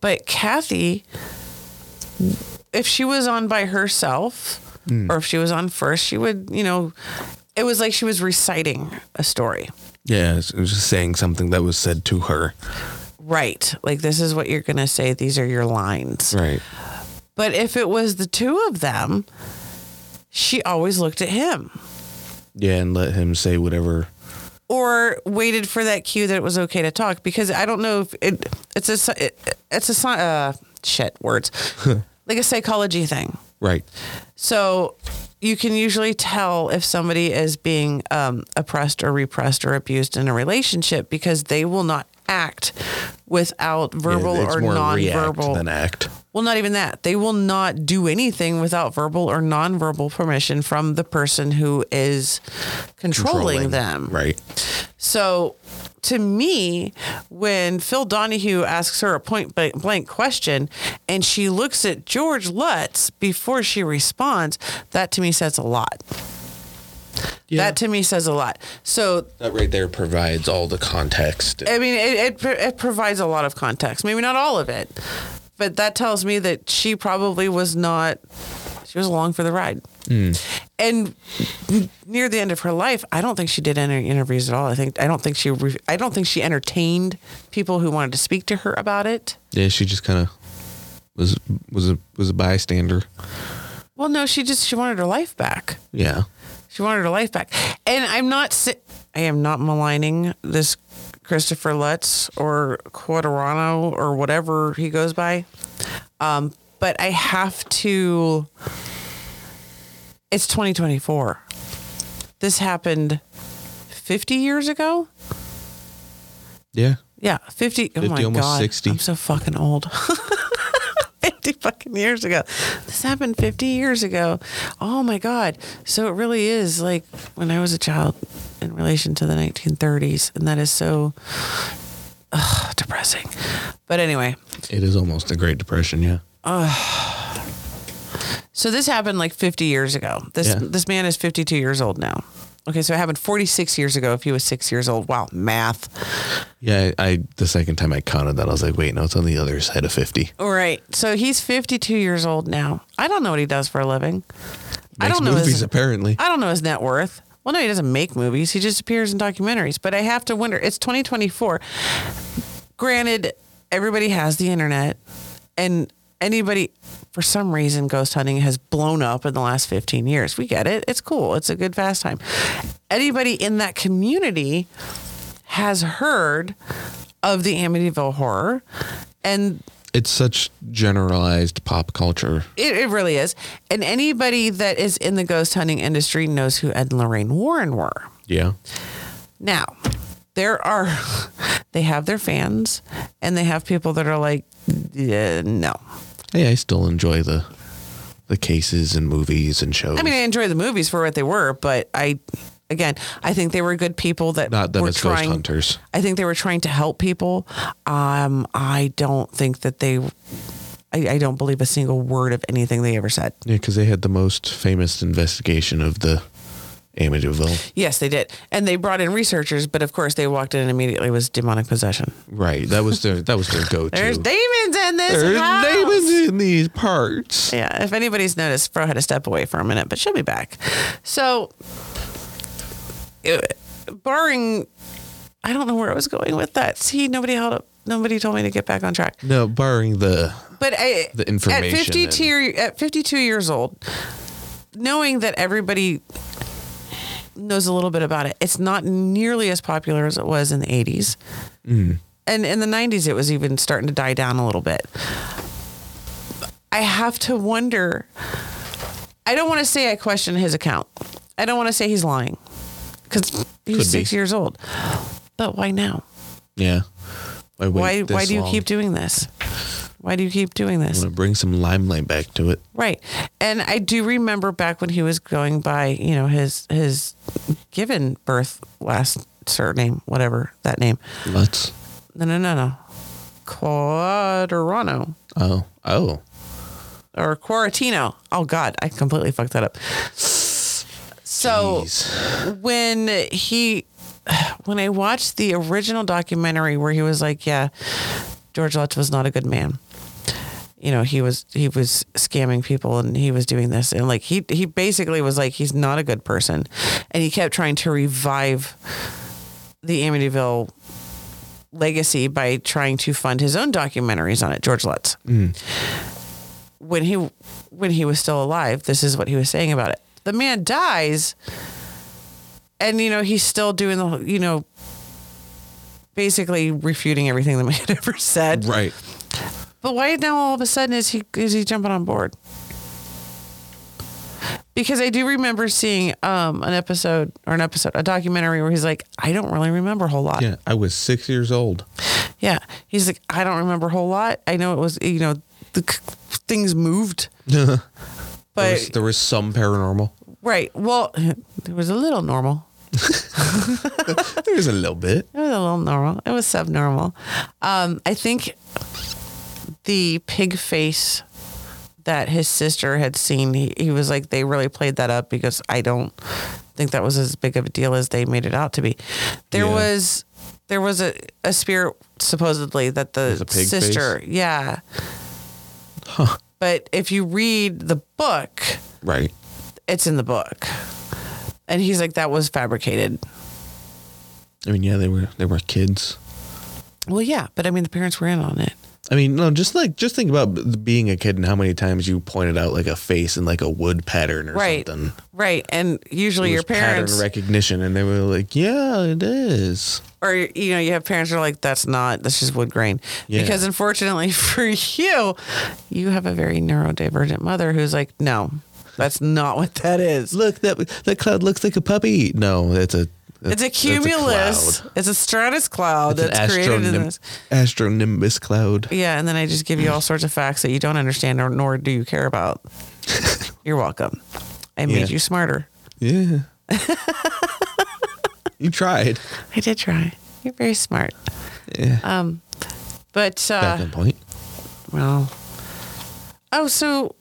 Speaker 2: But Kathy, if she was on by herself or if she was on first, she would, you know, it was like she was reciting a story.
Speaker 3: Yeah, it was just saying something that was said to her.
Speaker 2: Right. Like, this is what you're going to say. These are your lines.
Speaker 3: Right.
Speaker 2: But if it was the two of them, she always looked at him
Speaker 3: Yeah, and let him say whatever.
Speaker 2: or waited for that cue that it was okay to talk because I don't know if it, it's a, si- it, it's a, si- uh, shit words, like a psychology thing.
Speaker 3: Right.
Speaker 2: So you can usually tell if somebody is being um, oppressed or repressed or abused in a relationship because they will not act without verbal
Speaker 3: yeah, it's
Speaker 2: or
Speaker 3: more react
Speaker 2: nonverbal.
Speaker 3: than act.
Speaker 2: well, not even that. They will not do anything without verbal or nonverbal permission from the person who is controlling, them.
Speaker 3: Right.
Speaker 2: So to me, when Phil Donahue asks her a point blank blank question and she looks at George Lutz before she responds, that to me says a lot.
Speaker 3: Yeah.
Speaker 2: That to me says a lot. So,
Speaker 3: That right there provides all the context.
Speaker 2: I mean, it, it, pro- it provides a lot of context, maybe not all of it, but that tells me that she probably was not, she was along for the ride. And near the end of her life, I don't think she did any interviews at all. I think I don't think she re- I don't think she entertained people who wanted to speak to her about it.
Speaker 3: Yeah, she just kind of was was a was a bystander.
Speaker 2: Well, no, she just she wanted her life back.
Speaker 3: Yeah.
Speaker 2: She wanted her life back. And I'm not si- I am not maligning this Christopher Lutz or Quaterano or whatever he goes by. Um, but I have to It's 2024. This happened 50 years ago.
Speaker 3: Yeah.
Speaker 2: Yeah, 50. oh
Speaker 3: 50,
Speaker 2: my
Speaker 3: almost
Speaker 2: God.
Speaker 3: 60.
Speaker 2: I'm so fucking old. 50 fucking years ago. This happened 50 years ago. Oh my God. So it really is like when I was a child in relation to the 1930s. And that is so ugh, depressing. But anyway,
Speaker 3: It is almost the Great Depression. Yeah.
Speaker 2: so this happened like 50 years ago. This,
Speaker 3: Yeah.
Speaker 2: this man is 52 years old now. Okay, so it happened 46 years ago if he was six years old. Wow, math.
Speaker 3: Yeah. I, I the second time I counted that, I was like, wait, no, it's on the other side of fifty.
Speaker 2: All right. So he's 52 years old now. I don't know what he does for a living. I
Speaker 3: Makes
Speaker 2: don't know
Speaker 3: movies
Speaker 2: his,
Speaker 3: apparently.
Speaker 2: I don't know his net worth. Well, no, he doesn't make movies. He just appears in documentaries. But I have to wonder. It's 2024. Granted, everybody has the internet, and anybody, for some reason, ghost hunting has blown up in the last 15 years. We get it. It's cool. It's a good pastime. Anybody in that community has heard of the Amityville horror. And
Speaker 3: It's such generalized pop culture.
Speaker 2: it, it really is. And anybody that is in the ghost hunting industry knows who Ed and Lorraine Warren were.
Speaker 3: Yeah.
Speaker 2: Now, there are, they have their fans and they have people that are like, yeah, no.
Speaker 3: Hey, I still enjoy the the cases and movies and shows.
Speaker 2: I mean, I enjoy the movies for what they were, but I, again, I think they were good people that
Speaker 3: not them
Speaker 2: were
Speaker 3: as ghost
Speaker 2: trying.
Speaker 3: hunters.
Speaker 2: I think they were trying to help people. Um, I don't think that they. I, I don't believe a single word of anything they ever said.
Speaker 3: Yeah, because they had the most famous investigation of the Amityville.
Speaker 2: Yes, they did, and they brought in researchers, but of course they walked in and immediately was demonic possession.
Speaker 3: Right. That was their that was their go to.
Speaker 2: There's demons in this house.
Speaker 3: demons in these parts.
Speaker 2: Yeah, if anybody's noticed, Fro had to step away for a minute, but she'll be back. So, uh, barring, I don't know where I was going with that. See, nobody held up. Nobody told me to get back on track.
Speaker 3: No, barring the
Speaker 2: But I,
Speaker 3: The information
Speaker 2: at 52, at 52 years old, knowing that everybody knows a little bit about it, it's not nearly as popular as it was in the 80s.
Speaker 3: Hmm.
Speaker 2: And in the 90s, it was even starting to die down a little bit. I have to wonder. I don't want to say I question his account. I don't want to say he's lying because he's
Speaker 3: Could be.
Speaker 2: six years old. But why now?
Speaker 3: yeah. Why wait
Speaker 2: Why,
Speaker 3: this
Speaker 2: why do you
Speaker 3: long?
Speaker 2: keep doing this? Why do you keep doing this?
Speaker 3: I'm gonna bring some limelight back to it.
Speaker 2: Right. And I do remember back when he was going by, you know, his his given birth last surname, whatever that name.
Speaker 3: Let's.
Speaker 2: No, no, no, no. Quadrano
Speaker 3: Oh, oh,
Speaker 2: or Quarantino. Oh God, I completely fucked that up. So
Speaker 3: Jeez.
Speaker 2: when he when I watched the original documentary where he was like, Yeah, George Lutz was not a good man. You know, he was he was scamming people and he was doing this and like he he basically was like he's not a good person. And he kept trying to revive the Amityville legacy by trying to fund his own documentaries on it, George Lutz. When he when he was still alive, this is what he was saying about it. The man dies and you know he's still doing the you know basically refuting everything the man had ever said
Speaker 3: right.
Speaker 2: but why now all of a sudden is he is he jumping on board because i do remember seeing um an episode or an episode a documentary where he's like i don't really remember a whole lot
Speaker 3: Yeah, I was six years old.
Speaker 2: yeah he's like i don't remember a whole lot i know it was you know the c- things moved
Speaker 3: There
Speaker 2: but
Speaker 3: was, there was some paranormal.
Speaker 2: right well it was a little normal
Speaker 3: There was a little bit.
Speaker 2: It was a little normal. It was subnormal. Um, I think the pig face that his sister had seen, he, he was like, they really played that up because I don't think that was as big of a deal as they made it out to be. There
Speaker 3: Yeah.
Speaker 2: was there was a, a spirit supposedly that the
Speaker 3: With a pig
Speaker 2: sister, yeah. But if you read the book,
Speaker 3: Right.
Speaker 2: it's in the book. And he's like, that was fabricated.
Speaker 3: I mean, yeah, they were they were kids.
Speaker 2: Well, yeah, but I mean, the parents were in on it.
Speaker 3: I mean, no, just like just think about b- being a kid and how many times you pointed out like a face and like a wood pattern or
Speaker 2: right
Speaker 3: something.
Speaker 2: right and usually
Speaker 3: It
Speaker 2: your
Speaker 3: was pattern
Speaker 2: parents
Speaker 3: recognition, and they were like, "Yeah, it is."
Speaker 2: or you know you have parents who are like that's not that's just wood grain
Speaker 3: Yeah.
Speaker 2: because unfortunately for you you have a very neurodivergent mother who's like no that's not what that is
Speaker 3: Look that that cloud looks like a puppy. No, that's a
Speaker 2: it's a
Speaker 3: that's
Speaker 2: cumulus
Speaker 3: cloud.
Speaker 2: it's a stratus cloud
Speaker 3: It's
Speaker 2: that's created in
Speaker 3: astronim-
Speaker 2: this
Speaker 3: astronimbus cloud.
Speaker 2: yeah and then i just give you all sorts of facts that you don't understand or nor do you care about you're welcome i made
Speaker 3: Yeah.
Speaker 2: you smarter
Speaker 3: Yeah. you tried.
Speaker 2: i did try you're very smart
Speaker 3: Yeah.
Speaker 2: um but uh
Speaker 3: Back on point.
Speaker 2: Well. Oh, so.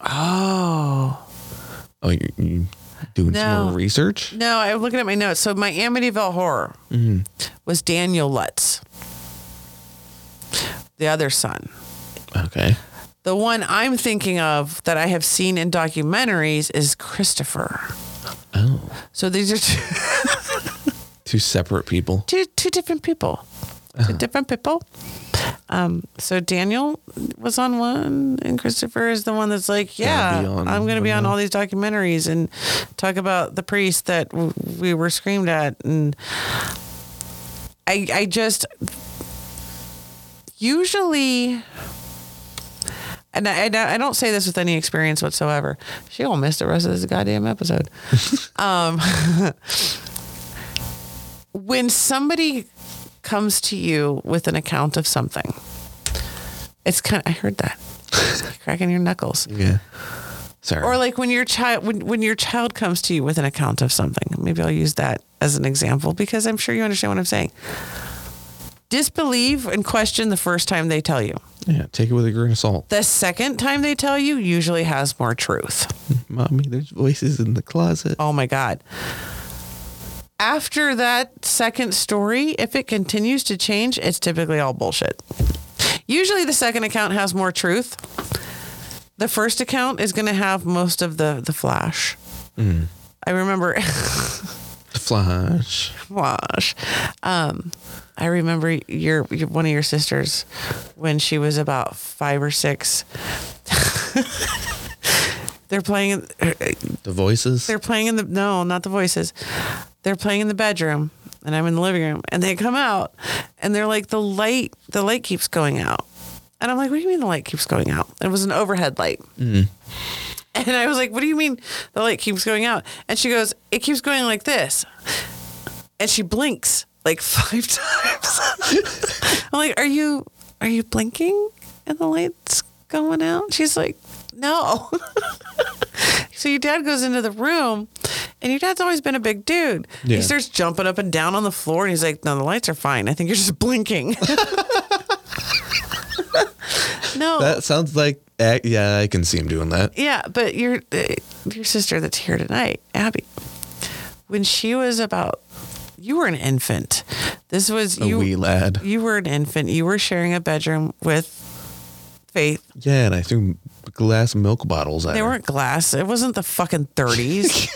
Speaker 2: Oh.
Speaker 3: Oh, you you doing some
Speaker 2: No.
Speaker 3: more research?
Speaker 2: No, I'm looking at my notes. So my Amityville horror was Daniel Lutz, the other son.
Speaker 3: Okay.
Speaker 2: The one I'm thinking of that I have seen in documentaries is Christopher.
Speaker 3: Oh,
Speaker 2: So these are two,
Speaker 3: two separate people.
Speaker 2: two, two different people.
Speaker 3: Uh-huh.
Speaker 2: Two different people. Um, so Daniel was on one, and Christopher is the one that's like, yeah,
Speaker 3: be on
Speaker 2: I'm going to be
Speaker 3: one
Speaker 2: on
Speaker 3: now."
Speaker 2: all these documentaries and talk about the priest that w- we were screamed at, and I, I just, usually, and I, and I I don't say this with any experience whatsoever. She will miss the rest of this goddamn episode. um, when somebody comes to you with an account of something, it's kind of, I heard that. cracking your knuckles.
Speaker 3: Yeah. Sorry.
Speaker 2: Or like when your child when, when your child comes to you with an account of something. Maybe I'll use that as an example because I'm sure you understand what I'm saying. Disbelieve and question the first time they tell you.
Speaker 3: yeah, take it with a grain of salt.
Speaker 2: The second time they tell you usually has more truth.
Speaker 3: Mommy, there's voices in the closet.
Speaker 2: Oh my God. After that second story, if it continues to change, it's typically all bullshit. Usually the second account has more truth. The first account is going to have most of the, the flash. I remember,
Speaker 3: Flash.
Speaker 2: flash. Um, I remember your, your one of your sisters when she was about five or six. They're playing.
Speaker 3: The voices.
Speaker 2: They're playing in the no, not the voices. They're playing in the bedroom, and I'm in the living room, and they come out, and they're like the light, the light keeps going out, and I'm like, what do you mean the light keeps going out? It was an overhead light. And I was like, what do you mean the light keeps going out? And she goes, it keeps going like this. And she blinks like five times. I'm like, are you are you blinking and the light's going out? She's like, no. so your dad goes into the room and your dad's always been a big dude. He
Speaker 3: Yeah.
Speaker 2: starts jumping up and down on the floor and he's like, no, the lights are fine. I think you're just blinking. no.
Speaker 3: That sounds like. eh, Yeah, I can see him doing that.
Speaker 2: Yeah, but your uh, your sister that's here tonight, Abby, when she was about, you were an infant. This was
Speaker 3: A
Speaker 2: you.
Speaker 3: wee lad.
Speaker 2: You were an infant. You were sharing a bedroom with Faith.
Speaker 3: Yeah, and I threw glass milk bottles at
Speaker 2: They
Speaker 3: her.
Speaker 2: weren't glass. It wasn't the fucking thirties.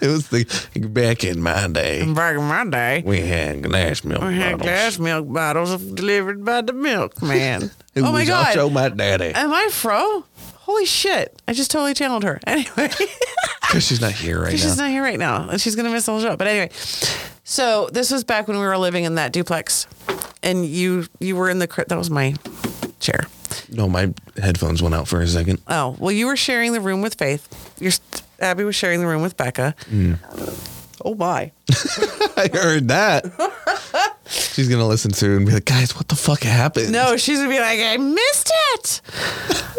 Speaker 3: It was the back in my day.
Speaker 2: Back in my day,
Speaker 3: We had glass milk
Speaker 2: we had
Speaker 3: bottles.
Speaker 2: glass milk bottles delivered by the milkman.
Speaker 3: It
Speaker 2: oh my
Speaker 3: was
Speaker 2: god!
Speaker 3: Also, my daddy.
Speaker 2: Am I fro? Holy shit! I just totally channeled her. Anyway.
Speaker 3: Because she's not here right
Speaker 2: She's
Speaker 3: now.
Speaker 2: not here right now, and she's gonna miss the whole show. But anyway, so this was back when we were living in that duplex, and you you were in the cri- that was my chair.
Speaker 3: no, my headphones went out for a second.
Speaker 2: Oh well, you were sharing the room with Faith. Your Abby was sharing the room with Becca. Oh my!
Speaker 3: I heard that. she's gonna listen soon and be like, guys, what the fuck happened?
Speaker 2: No, she's gonna be like, I missed it.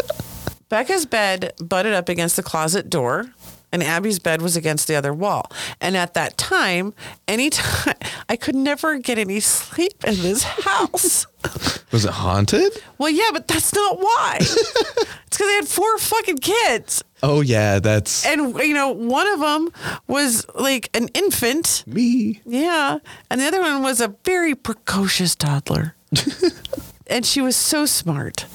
Speaker 2: Becca's bed butted up against the closet door, and Abby's bed was against the other wall. And at that time, any time I could never get any sleep in this house.
Speaker 3: Was it haunted?
Speaker 2: Well, yeah, but that's not why. it's because they had four fucking kids,
Speaker 3: Oh yeah, that's
Speaker 2: and you know, one of them was like an infant,
Speaker 3: me.
Speaker 2: yeah, and the other one was a very precocious toddler, and she was so smart,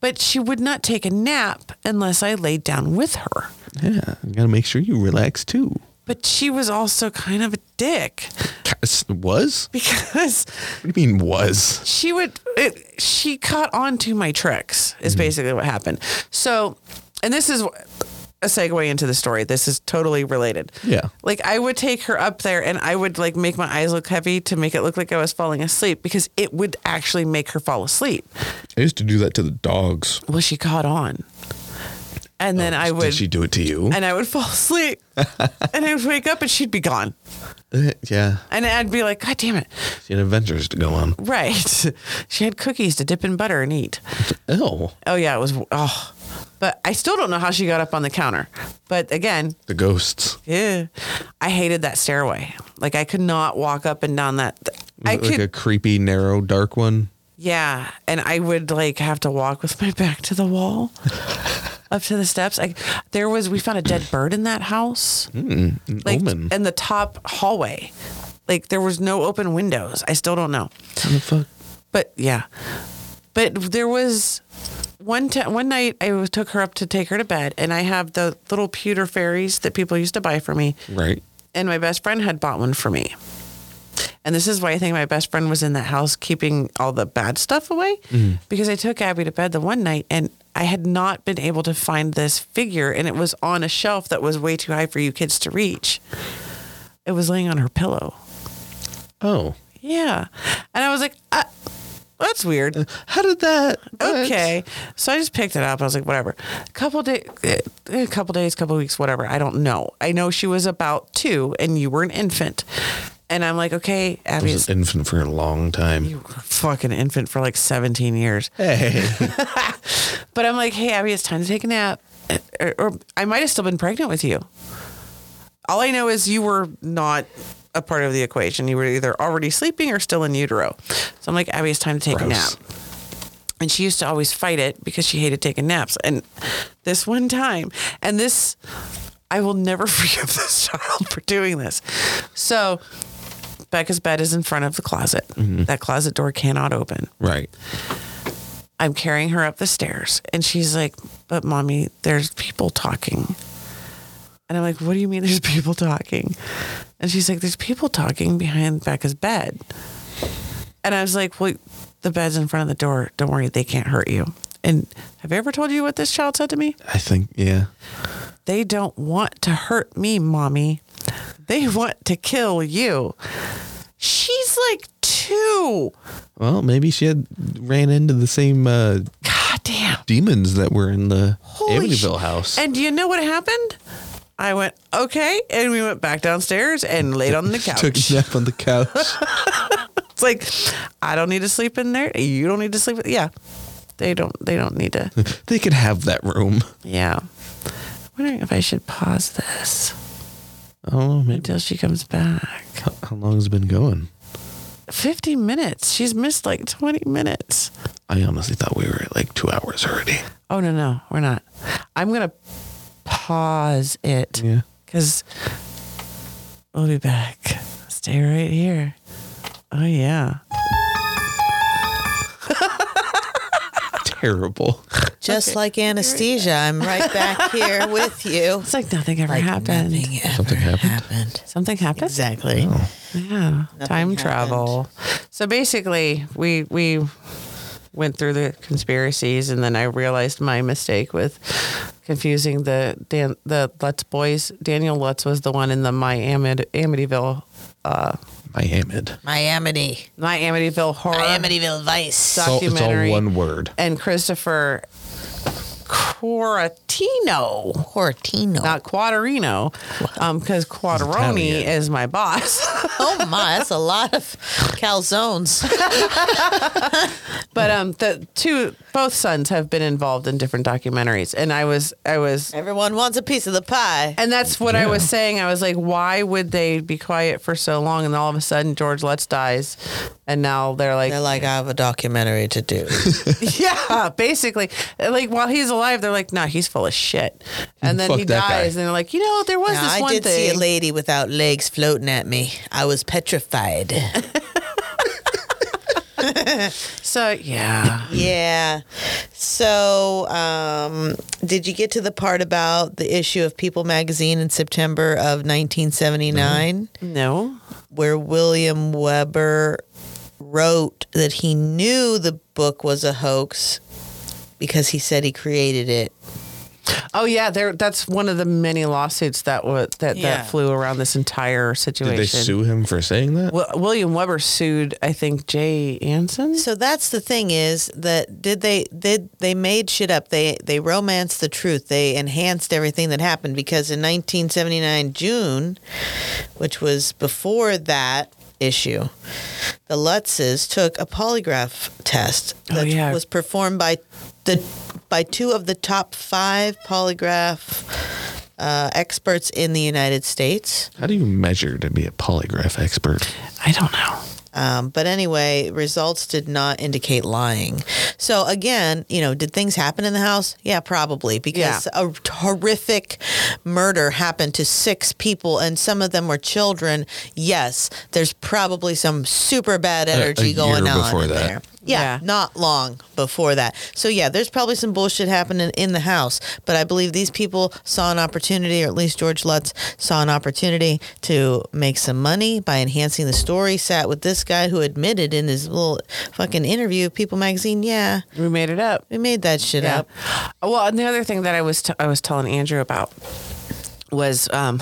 Speaker 2: but she would not take a nap unless I laid down with her.
Speaker 3: Yeah, you gotta make sure you relax too.
Speaker 2: But she was also kind of a dick
Speaker 3: Was?
Speaker 2: because
Speaker 3: What do you mean was?
Speaker 2: she would it, she caught on to my tricks is
Speaker 3: Mm-hmm.
Speaker 2: basically what happened so and this is a segue into the story this is totally related
Speaker 3: Yeah.
Speaker 2: like i would take her up there and i would like make my eyes look heavy to make it look like i was falling asleep because it would actually make her fall asleep
Speaker 3: I used to do that to the dogs.
Speaker 2: well she caught on and then i would
Speaker 3: Oh, Did she do it to you?
Speaker 2: and i would fall asleep and i would wake up and she'd be gone
Speaker 3: Eh, yeah.
Speaker 2: and i'd be like god damn it
Speaker 3: She had adventures to go on.
Speaker 2: right she had cookies to dip in butter and eat
Speaker 3: Oh.
Speaker 2: Oh yeah, it was. Oh, but I still don't know how she got up on the counter. But again,
Speaker 3: The ghosts.
Speaker 2: yeah, I hated that stairway. Like I could not walk up and down that. I
Speaker 3: like
Speaker 2: could,
Speaker 3: a creepy, narrow, dark one.
Speaker 2: yeah, and I would like have to walk with my back to the wall, up to the steps. Like there was, we found a dead bird in that house, like
Speaker 3: Hmm, Omen.
Speaker 2: in the top hallway. Like there was no open windows. I still don't know.
Speaker 3: How the fuck?
Speaker 2: but yeah but there was one ti- one night i was- took her up to take her to bed and i have the little pewter fairies that people used to buy for me
Speaker 3: Right.
Speaker 2: and my best friend had bought one for me and this is why i think my best friend was in that house keeping all the bad stuff away because i took abby to bed the one night and i had not been able to find this figure and it was on a shelf that was way too high for you kids to reach it was laying on her pillow
Speaker 3: Oh.
Speaker 2: yeah. And I was like, uh, that's weird.
Speaker 3: How did that? what?
Speaker 2: okay. So I just picked it up. I was like, whatever. A couple days, a couple days, couple weeks, whatever. I don't know. I know she was about two, and you were an infant. And I'm like, okay,
Speaker 3: I
Speaker 2: Abby
Speaker 3: was
Speaker 2: is
Speaker 3: an infant for a long time.
Speaker 2: a fucking infant for like 17 years.
Speaker 3: Hey,
Speaker 2: But I'm like, hey, Abby, it's time to take a nap. Or, or I might have still been pregnant with you. All I know is you were not a part of the equation. You were either already sleeping or still in utero. So I'm like, Abby, it's time to take a nap.
Speaker 3: Gross.
Speaker 2: And she used to always fight it because she hated taking naps. And this one time, and this, I will never forgive this child for doing this. So Becca's bed is in front of the closet. That closet door cannot open.
Speaker 3: right.
Speaker 2: I'm carrying her up the stairs. And she's like, But mommy, there's people talking. And I'm like, What do you mean there's people talking? And she's like, There's people talking behind Becca's bed. And I was like, Well, the bed's in front of the door. Don't worry, they can't hurt you. And have I ever told you what this child said to me?
Speaker 3: I think yeah.
Speaker 2: They don't want to hurt me, mommy. They want to kill you. She's like two.
Speaker 3: Well, maybe she had ran into the same uh,
Speaker 2: God damn.
Speaker 3: demons that were in the
Speaker 2: Holy sh-
Speaker 3: Amityville house.
Speaker 2: And do you know what happened? I went, okay. And we went back downstairs and laid on the couch.
Speaker 3: Took a nap on the couch.
Speaker 2: it's like, I don't need to sleep in there. You don't need to sleep. Yeah. They don't, they don't need to.
Speaker 3: they could have that room.
Speaker 2: Yeah. I'm wondering if I should pause this
Speaker 3: Oh, maybe.
Speaker 2: until she comes back.
Speaker 3: How, how long has it been going?
Speaker 2: 50 minutes. She's missed like 20 minutes.
Speaker 3: I honestly thought we were at like two hours already.
Speaker 2: Oh, no, no, we're not. I'm going to pause it
Speaker 3: Yeah.
Speaker 2: because we'll be back. Stay right here. Oh, yeah.
Speaker 3: Terrible.
Speaker 1: Just like anesthesia, I'm right back here with you.
Speaker 2: It's like nothing ever
Speaker 1: Like
Speaker 2: happened.
Speaker 1: nothing ever
Speaker 3: Something happened? Oh.
Speaker 1: happened.
Speaker 2: Something happened.
Speaker 1: Exactly.
Speaker 2: Yeah. Time
Speaker 1: happened.
Speaker 2: travel. So basically, we we went through the conspiracies, and then I realized my mistake with confusing the Dan, the Lutz boys. Daniel Lutz was the one in the my Amid, Amityville,
Speaker 3: Miami.
Speaker 1: Miami.
Speaker 2: my Amityville horror,
Speaker 1: Amityville Vice.
Speaker 3: It's all, it's all
Speaker 2: Documentary.
Speaker 3: one word.
Speaker 2: and Christopher Coratino.
Speaker 1: Cortino.
Speaker 2: Not Quaterino, because Quateroni
Speaker 3: Italian.
Speaker 2: is my boss.
Speaker 1: oh my, that's a lot of calzones.
Speaker 2: But um, the two both sons have been involved in different documentaries, and I was I was,
Speaker 1: Everyone wants a piece of the pie.
Speaker 2: and that's what I was
Speaker 3: Yeah.
Speaker 2: saying. I was like, why would they be quiet for so long? And all of a sudden, George Lutz dies, and now they're like,
Speaker 1: They're like, I have a documentary to do.
Speaker 2: yeah, basically, And, like while he's alive, they're like, no, he's full of shit, and then
Speaker 3: Fuck
Speaker 2: he
Speaker 3: that guy.
Speaker 2: dies, and they're like, you know, there was
Speaker 1: Now,
Speaker 2: this
Speaker 1: I
Speaker 2: one
Speaker 1: did
Speaker 2: thing.
Speaker 1: see a lady without legs floating at me. I was petrified.
Speaker 2: so yeah,
Speaker 1: yeah. So, um, did you get to the part about the issue of People magazine in September of 1979?
Speaker 2: Mm-hmm. no,
Speaker 1: where William Weber wrote that he knew the book was a hoax because he said he created it.
Speaker 2: oh yeah, there. That's one of the many lawsuits that was that
Speaker 1: Yeah.
Speaker 2: that flew around this entire situation.
Speaker 3: Did they sue him for saying that?
Speaker 2: Well, William Weber sued, I think, Jay Anson.
Speaker 1: So that's the thing is that did they did they made shit up. They they romanced the truth. They enhanced everything that happened because in 1979 June, which was before that issue, the Lutzes took a polygraph test that
Speaker 2: yeah.
Speaker 1: was performed by the by two of the top 5 polygraph uh, experts in the United States.
Speaker 3: How do you measure to be a polygraph expert?
Speaker 2: I don't know.
Speaker 1: Um, but anyway, results did not indicate lying. So again, you know, did things happen in the house? Yeah, probably because a horrific murder happened to six people, and some of them were children. Yes, there's probably some super bad energy
Speaker 3: year
Speaker 1: going on
Speaker 3: before
Speaker 1: in
Speaker 3: that.
Speaker 1: there. Yeah,
Speaker 2: Yeah.
Speaker 1: not long before that. So yeah, there's probably some bullshit happening in the house, but I believe these people saw an opportunity, or at least George Lutz saw an opportunity to make some money by enhancing the story. Sat with this guy who admitted in his little fucking interview, with People Magazine, yeah,
Speaker 2: We made it up.
Speaker 1: we made that shit
Speaker 2: Yeah.
Speaker 1: up.
Speaker 2: Well, and the other thing that I was t- I was telling Andrew about was um,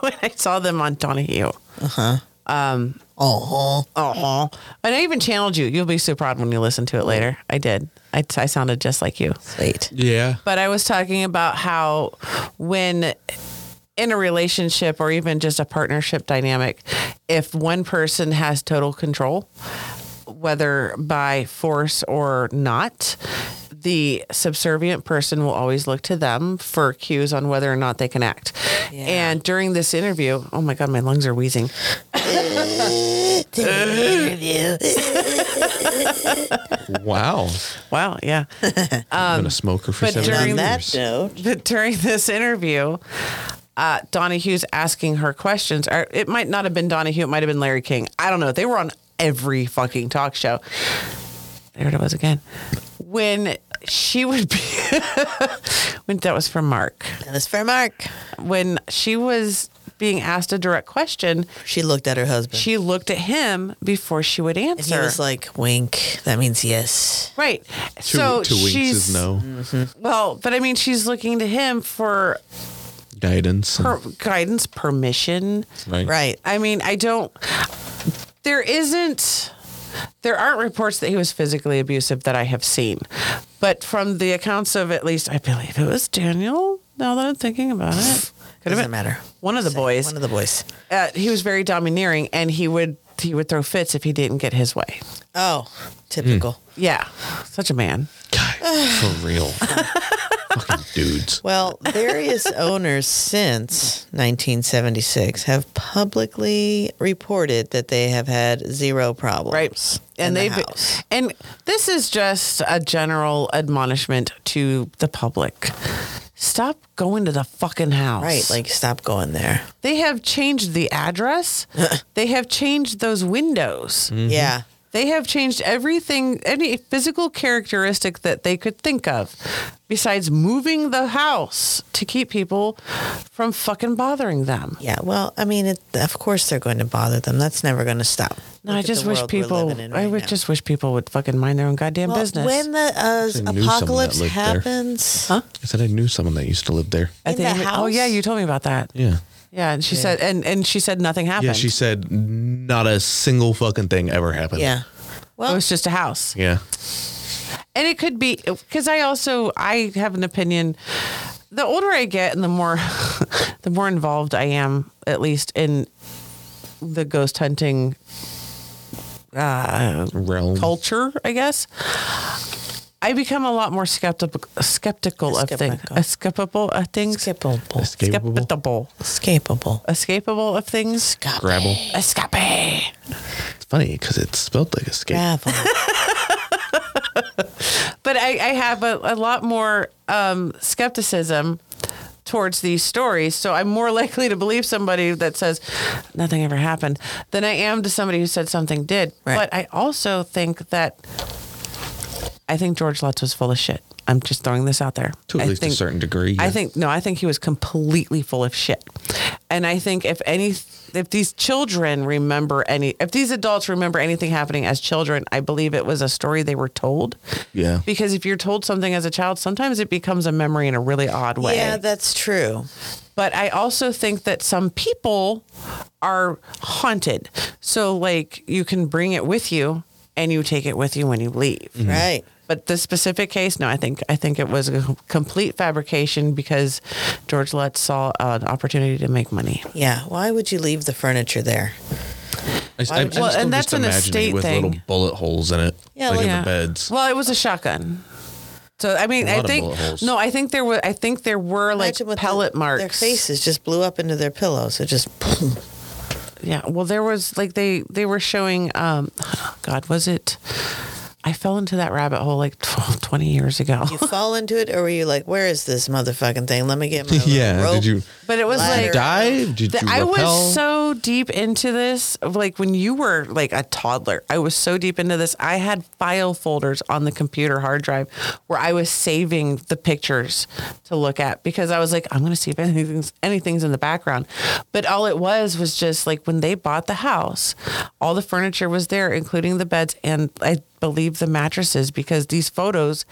Speaker 2: when I saw them on Donahue. Uh huh. Um,
Speaker 1: Uh huh.
Speaker 2: Oh, and I even channeled you. You'll be so proud when you listen to it later. I did. I, I sounded just like you.
Speaker 1: Wait.
Speaker 3: Yeah.
Speaker 2: But I was talking about how when in a relationship or even just a partnership dynamic, if one person has total control, whether by force or not, the subservient person will always look to them for cues on whether or not they can act.
Speaker 1: Yeah.
Speaker 2: And during this interview, oh my God, my lungs are wheezing.
Speaker 3: Wow.
Speaker 2: Wow, yeah.
Speaker 3: I've been a smoker for
Speaker 2: but
Speaker 3: seven
Speaker 1: On
Speaker 2: during-
Speaker 3: years.
Speaker 1: that note,
Speaker 2: But during this interview, uh, Donahue's asking her questions. Or it might not have been Donahue. It might have been Larry King. I don't know. They were on every fucking talk show. There it was again. When she would be, when that was from Mark.
Speaker 1: that was for Mark.
Speaker 2: When she was being asked a direct question,
Speaker 1: She looked at her husband.
Speaker 2: she looked at him before she would
Speaker 1: and
Speaker 2: answer.
Speaker 1: he was like, wink. That means yes.
Speaker 2: right.
Speaker 3: Two,
Speaker 2: so
Speaker 3: two winks
Speaker 2: she's
Speaker 3: is no
Speaker 2: well, but I mean, she's looking to him for
Speaker 3: guidance. and-
Speaker 2: per- guidance, permission.
Speaker 3: right.
Speaker 1: Right.
Speaker 2: I mean, I don't. There isn't. There aren't reports that he was physically abusive that I have seen, but from the accounts of at least I believe it was Daniel. Now that I'm thinking about it, could have
Speaker 1: Doesn't
Speaker 2: been
Speaker 1: matter.
Speaker 2: one of the
Speaker 1: Say,
Speaker 2: boys.
Speaker 1: One of the boys.
Speaker 2: uh, he was very domineering, and he would he would throw fits if he didn't get his way.
Speaker 1: Oh, typical.
Speaker 3: Hmm.
Speaker 2: Yeah, such a man.
Speaker 3: God, for real. Fucking dudes.
Speaker 1: Well, various owners since 1976 have publicly reported that they have had zero problems.
Speaker 2: right
Speaker 1: in
Speaker 2: and
Speaker 1: the
Speaker 2: they've
Speaker 1: house.
Speaker 2: and this is just a general admonishment to the public stop going to the fucking house
Speaker 1: Right, like stop going there.
Speaker 2: they have changed the address they have changed those windows
Speaker 3: Mm-hmm.
Speaker 1: Yeah.
Speaker 2: they have changed everything any physical characteristic that they could think of besides moving the house to keep people from fucking bothering them
Speaker 1: Yeah. Well, I mean, it, of course they're going to bother them. That's never going to stop.
Speaker 2: no,
Speaker 1: Look
Speaker 2: I
Speaker 1: at
Speaker 2: just
Speaker 1: the
Speaker 2: wish
Speaker 1: world we're
Speaker 2: people.
Speaker 1: living in
Speaker 2: I
Speaker 1: right
Speaker 2: would
Speaker 1: now.
Speaker 2: just wish people would fucking mind their own goddamn
Speaker 1: Well,
Speaker 2: business.
Speaker 1: When the uh,
Speaker 3: I knew someone that
Speaker 1: apocalypse
Speaker 3: lived there.
Speaker 1: happens,
Speaker 2: Huh?
Speaker 3: I said I knew someone that used to live there.
Speaker 1: In the
Speaker 2: Amy- Oh yeah,
Speaker 1: house?
Speaker 2: you told me about that.
Speaker 3: Yeah.
Speaker 2: Yeah, and she said, and and she said nothing happened.
Speaker 3: Yeah, she said not a single fucking thing ever happened.
Speaker 1: yeah.
Speaker 2: it
Speaker 1: Well,
Speaker 2: was just a house,
Speaker 3: Yeah.
Speaker 2: and it could be because I also I have an opinion. The older I get, and the more the more involved I am, at least in the ghost hunting uh,
Speaker 3: Realm.
Speaker 2: culture, I guess. I become a lot more skeptical skeptical of things,
Speaker 1: Skeptical.
Speaker 2: escapable of things,
Speaker 1: escapable.
Speaker 3: Escapable.
Speaker 2: skeptical,
Speaker 1: Escapable.
Speaker 2: escapable of things,
Speaker 3: Gravel.
Speaker 2: escape.
Speaker 3: It's funny because it's spelled like escape.
Speaker 1: Gravel.
Speaker 2: but I, I have a, a lot more um, skepticism towards these stories. So I'm more likely to believe somebody that says nothing ever happened than I am to somebody who said something did.
Speaker 1: Right.
Speaker 2: But I also think that I think George Lutz was full of shit. I'm just throwing this out there.
Speaker 3: To at
Speaker 2: I
Speaker 3: least a
Speaker 2: think-
Speaker 3: certain degree.
Speaker 2: I
Speaker 3: yeah.
Speaker 2: think no, I think he was completely full of shit. And I think if any if these children remember any if these adults remember anything happening as children, I believe it was a story they were told.
Speaker 3: Yeah.
Speaker 2: Because if you're told something as a child, sometimes it becomes a memory in a really odd way.
Speaker 1: yeah, that's true.
Speaker 2: but I also think that some people are haunted. So like you can bring it with you and you take it with you when you leave.
Speaker 3: Hmm.
Speaker 1: Right.
Speaker 2: But this specific case, no, I think I think it was a complete fabrication because George Lutz saw an opportunity to make money.
Speaker 1: Yeah. Why would you leave the furniture there?
Speaker 3: I, I, I
Speaker 2: Well,
Speaker 3: just, well,
Speaker 2: and that's
Speaker 3: just
Speaker 2: an
Speaker 3: imagining
Speaker 2: estate
Speaker 3: it with little
Speaker 2: thing.
Speaker 3: bullet holes in it.
Speaker 1: Yeah,
Speaker 3: like
Speaker 1: like-
Speaker 3: in
Speaker 2: Yeah.
Speaker 3: the beds.
Speaker 2: Well, it was a shotgun. So I mean,
Speaker 3: A lot
Speaker 2: I
Speaker 3: of
Speaker 2: think
Speaker 3: bullet holes.
Speaker 2: no, I think there were I think there were like
Speaker 1: Imagine what the-
Speaker 2: pellet marks.
Speaker 1: Their faces just blew up into their pillows. It just boom.
Speaker 2: Yeah. Well, there was like they they were showing. um God, was it? I fell into that rabbit hole like 12, 20 years ago.
Speaker 1: You fall into it, or were you like, "Where is this motherfucking thing? Let me get my little
Speaker 3: yeah.
Speaker 1: rope."
Speaker 3: Did you
Speaker 2: But it was
Speaker 1: Ladder.
Speaker 2: like
Speaker 3: dive? Did
Speaker 2: The-
Speaker 3: you
Speaker 2: I
Speaker 3: rappel?
Speaker 2: was so deep into this, like when you were like a toddler, I was so deep into this. I had file folders on the computer hard drive where I was saving the pictures to look at because I was like, I'm going to see if anything's, anything's in the background. But all it was was just like when they bought the house, all the furniture was there, including the beds and I believe the mattresses, because these photos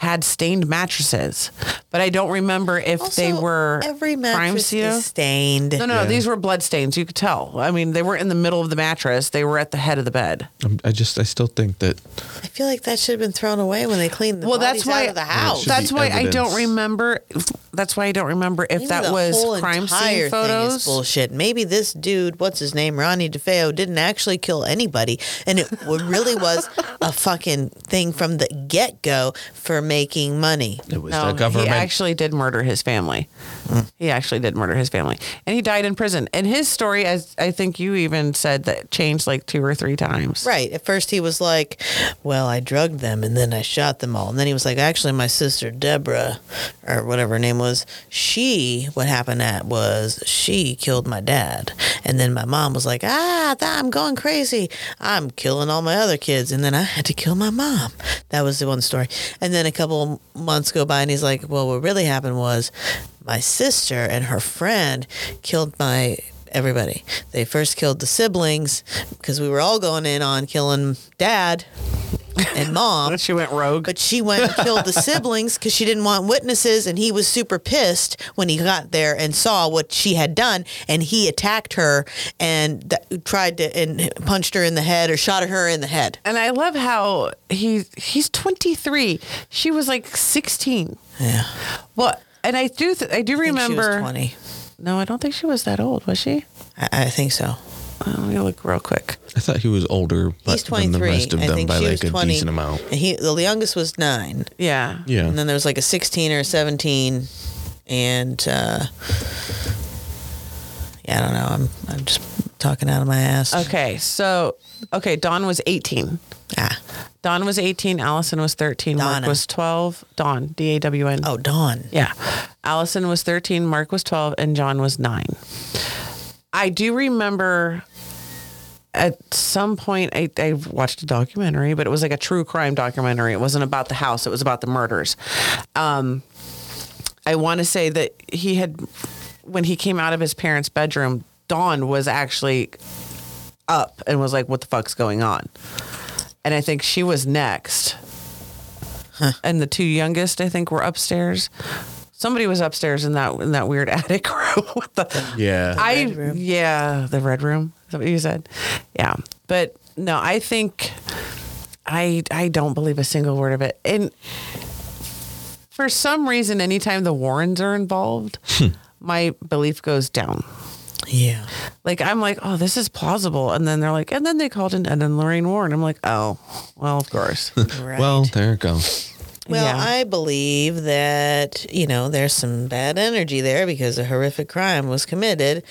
Speaker 2: had stained mattresses, but I don't remember if they
Speaker 1: Also,
Speaker 2: were
Speaker 1: every
Speaker 2: crime
Speaker 1: mattress
Speaker 2: scene.
Speaker 1: is stained.
Speaker 2: No, no, these were blood stains. You could tell. I mean, they weren't in the middle of the mattress; they were at the head of the bed.
Speaker 3: I'm, I just I still think that
Speaker 1: I feel like that should have been thrown away when they cleaned the
Speaker 2: Well,
Speaker 1: bodies
Speaker 2: that's why-
Speaker 1: out of the house.
Speaker 3: should be
Speaker 2: That's why I don't
Speaker 3: evidence.
Speaker 2: remember. That's why I don't remember if
Speaker 1: Maybe
Speaker 2: that
Speaker 1: the
Speaker 2: was
Speaker 1: whole
Speaker 2: crime
Speaker 1: entire
Speaker 2: scene
Speaker 1: Thing is
Speaker 2: photos.
Speaker 1: bullshit. Maybe this dude, what's his name, Ronnie DeFeo, didn't actually kill anybody, and it w- really was a fucking thing from the get go for making money.
Speaker 3: it was
Speaker 2: No,
Speaker 3: the government. Mm.
Speaker 2: He actually did murder his family. He actually did murder his family, and he died in prison. And his story, as I think you even said, that changed like two or three times.
Speaker 1: Right. At first, he was like, "Well, I drugged them, and then I shot them all." And then he was like, "Actually, my sister Deborah, or whatever her name was, she what happened at was she killed my dad." And then my mom was like, "Ah, th- I'm going crazy. I'm killing all my other kids." And then I had to kill my mom. That was the one story. And then a couple months go by, and he's like, "Well, what really happened was." My sister and her friend killed my everybody. They first killed the siblings because we were all going in on killing dad and mom.
Speaker 2: She went rogue.
Speaker 1: But she went and killed the siblings because she didn't want witnesses, and he was super pissed when he got there and saw what she had done, and he attacked her and th- tried to and punched her in the head or shot her in the head.
Speaker 2: And I love how he he's 23. She was like 16.
Speaker 1: Yeah,
Speaker 2: Well, and I do th- I do
Speaker 1: I think
Speaker 2: remember.
Speaker 1: she was twenty.
Speaker 2: No, I don't think she was that old, was she?
Speaker 1: I, I think so.
Speaker 2: Uh, let me look real quick.
Speaker 3: I thought he was older, but
Speaker 1: He's twenty
Speaker 3: than the
Speaker 1: three.
Speaker 3: rest of
Speaker 1: I
Speaker 3: them
Speaker 1: think
Speaker 3: by
Speaker 1: she
Speaker 3: like
Speaker 1: was
Speaker 3: a
Speaker 1: twenty.
Speaker 3: decent amount.
Speaker 1: And he, the youngest was nine.
Speaker 2: Yeah.
Speaker 3: Yeah.
Speaker 1: And then there was like a 16 or a 17. And uh, yeah, I don't know. I'm, I'm just talking out of my ass.
Speaker 2: Okay, so okay, Dawn was 18.
Speaker 1: Ah.
Speaker 2: Dawn was 18. Allison was 13. Mark
Speaker 1: Donna.
Speaker 2: was 12. Dawn, D A W N.
Speaker 1: Oh, Dawn.
Speaker 2: Yeah. Allison was 13, Mark was 12, and John was nine. I do remember at some point I, I watched a documentary, but it was like a true crime documentary. It wasn't about the house, it was about the murders. Um, I want to say that he had, when he came out of his parents' bedroom, Dawn was actually up and was like, What the fuck's going on? And I think she was next. And the two youngest, I think, were upstairs. Somebody was upstairs in that in that weird attic room. What the?
Speaker 3: Yeah.
Speaker 2: I yeah, the red room. Is that what you said? Yeah, but no, I think I I don't believe a single word of it. And for some reason, anytime the Warrens are involved, my belief goes down.
Speaker 1: Yeah.
Speaker 2: Like I'm like, oh, this is plausible, and then they're like, and then they called in Ed and Lorraine Warren. I'm like, oh, well, of course.
Speaker 1: Right.
Speaker 3: Well, there it goes.
Speaker 1: Well,
Speaker 2: Yeah.
Speaker 1: I believe that, you know, there's some bad energy there because a horrific crime was committed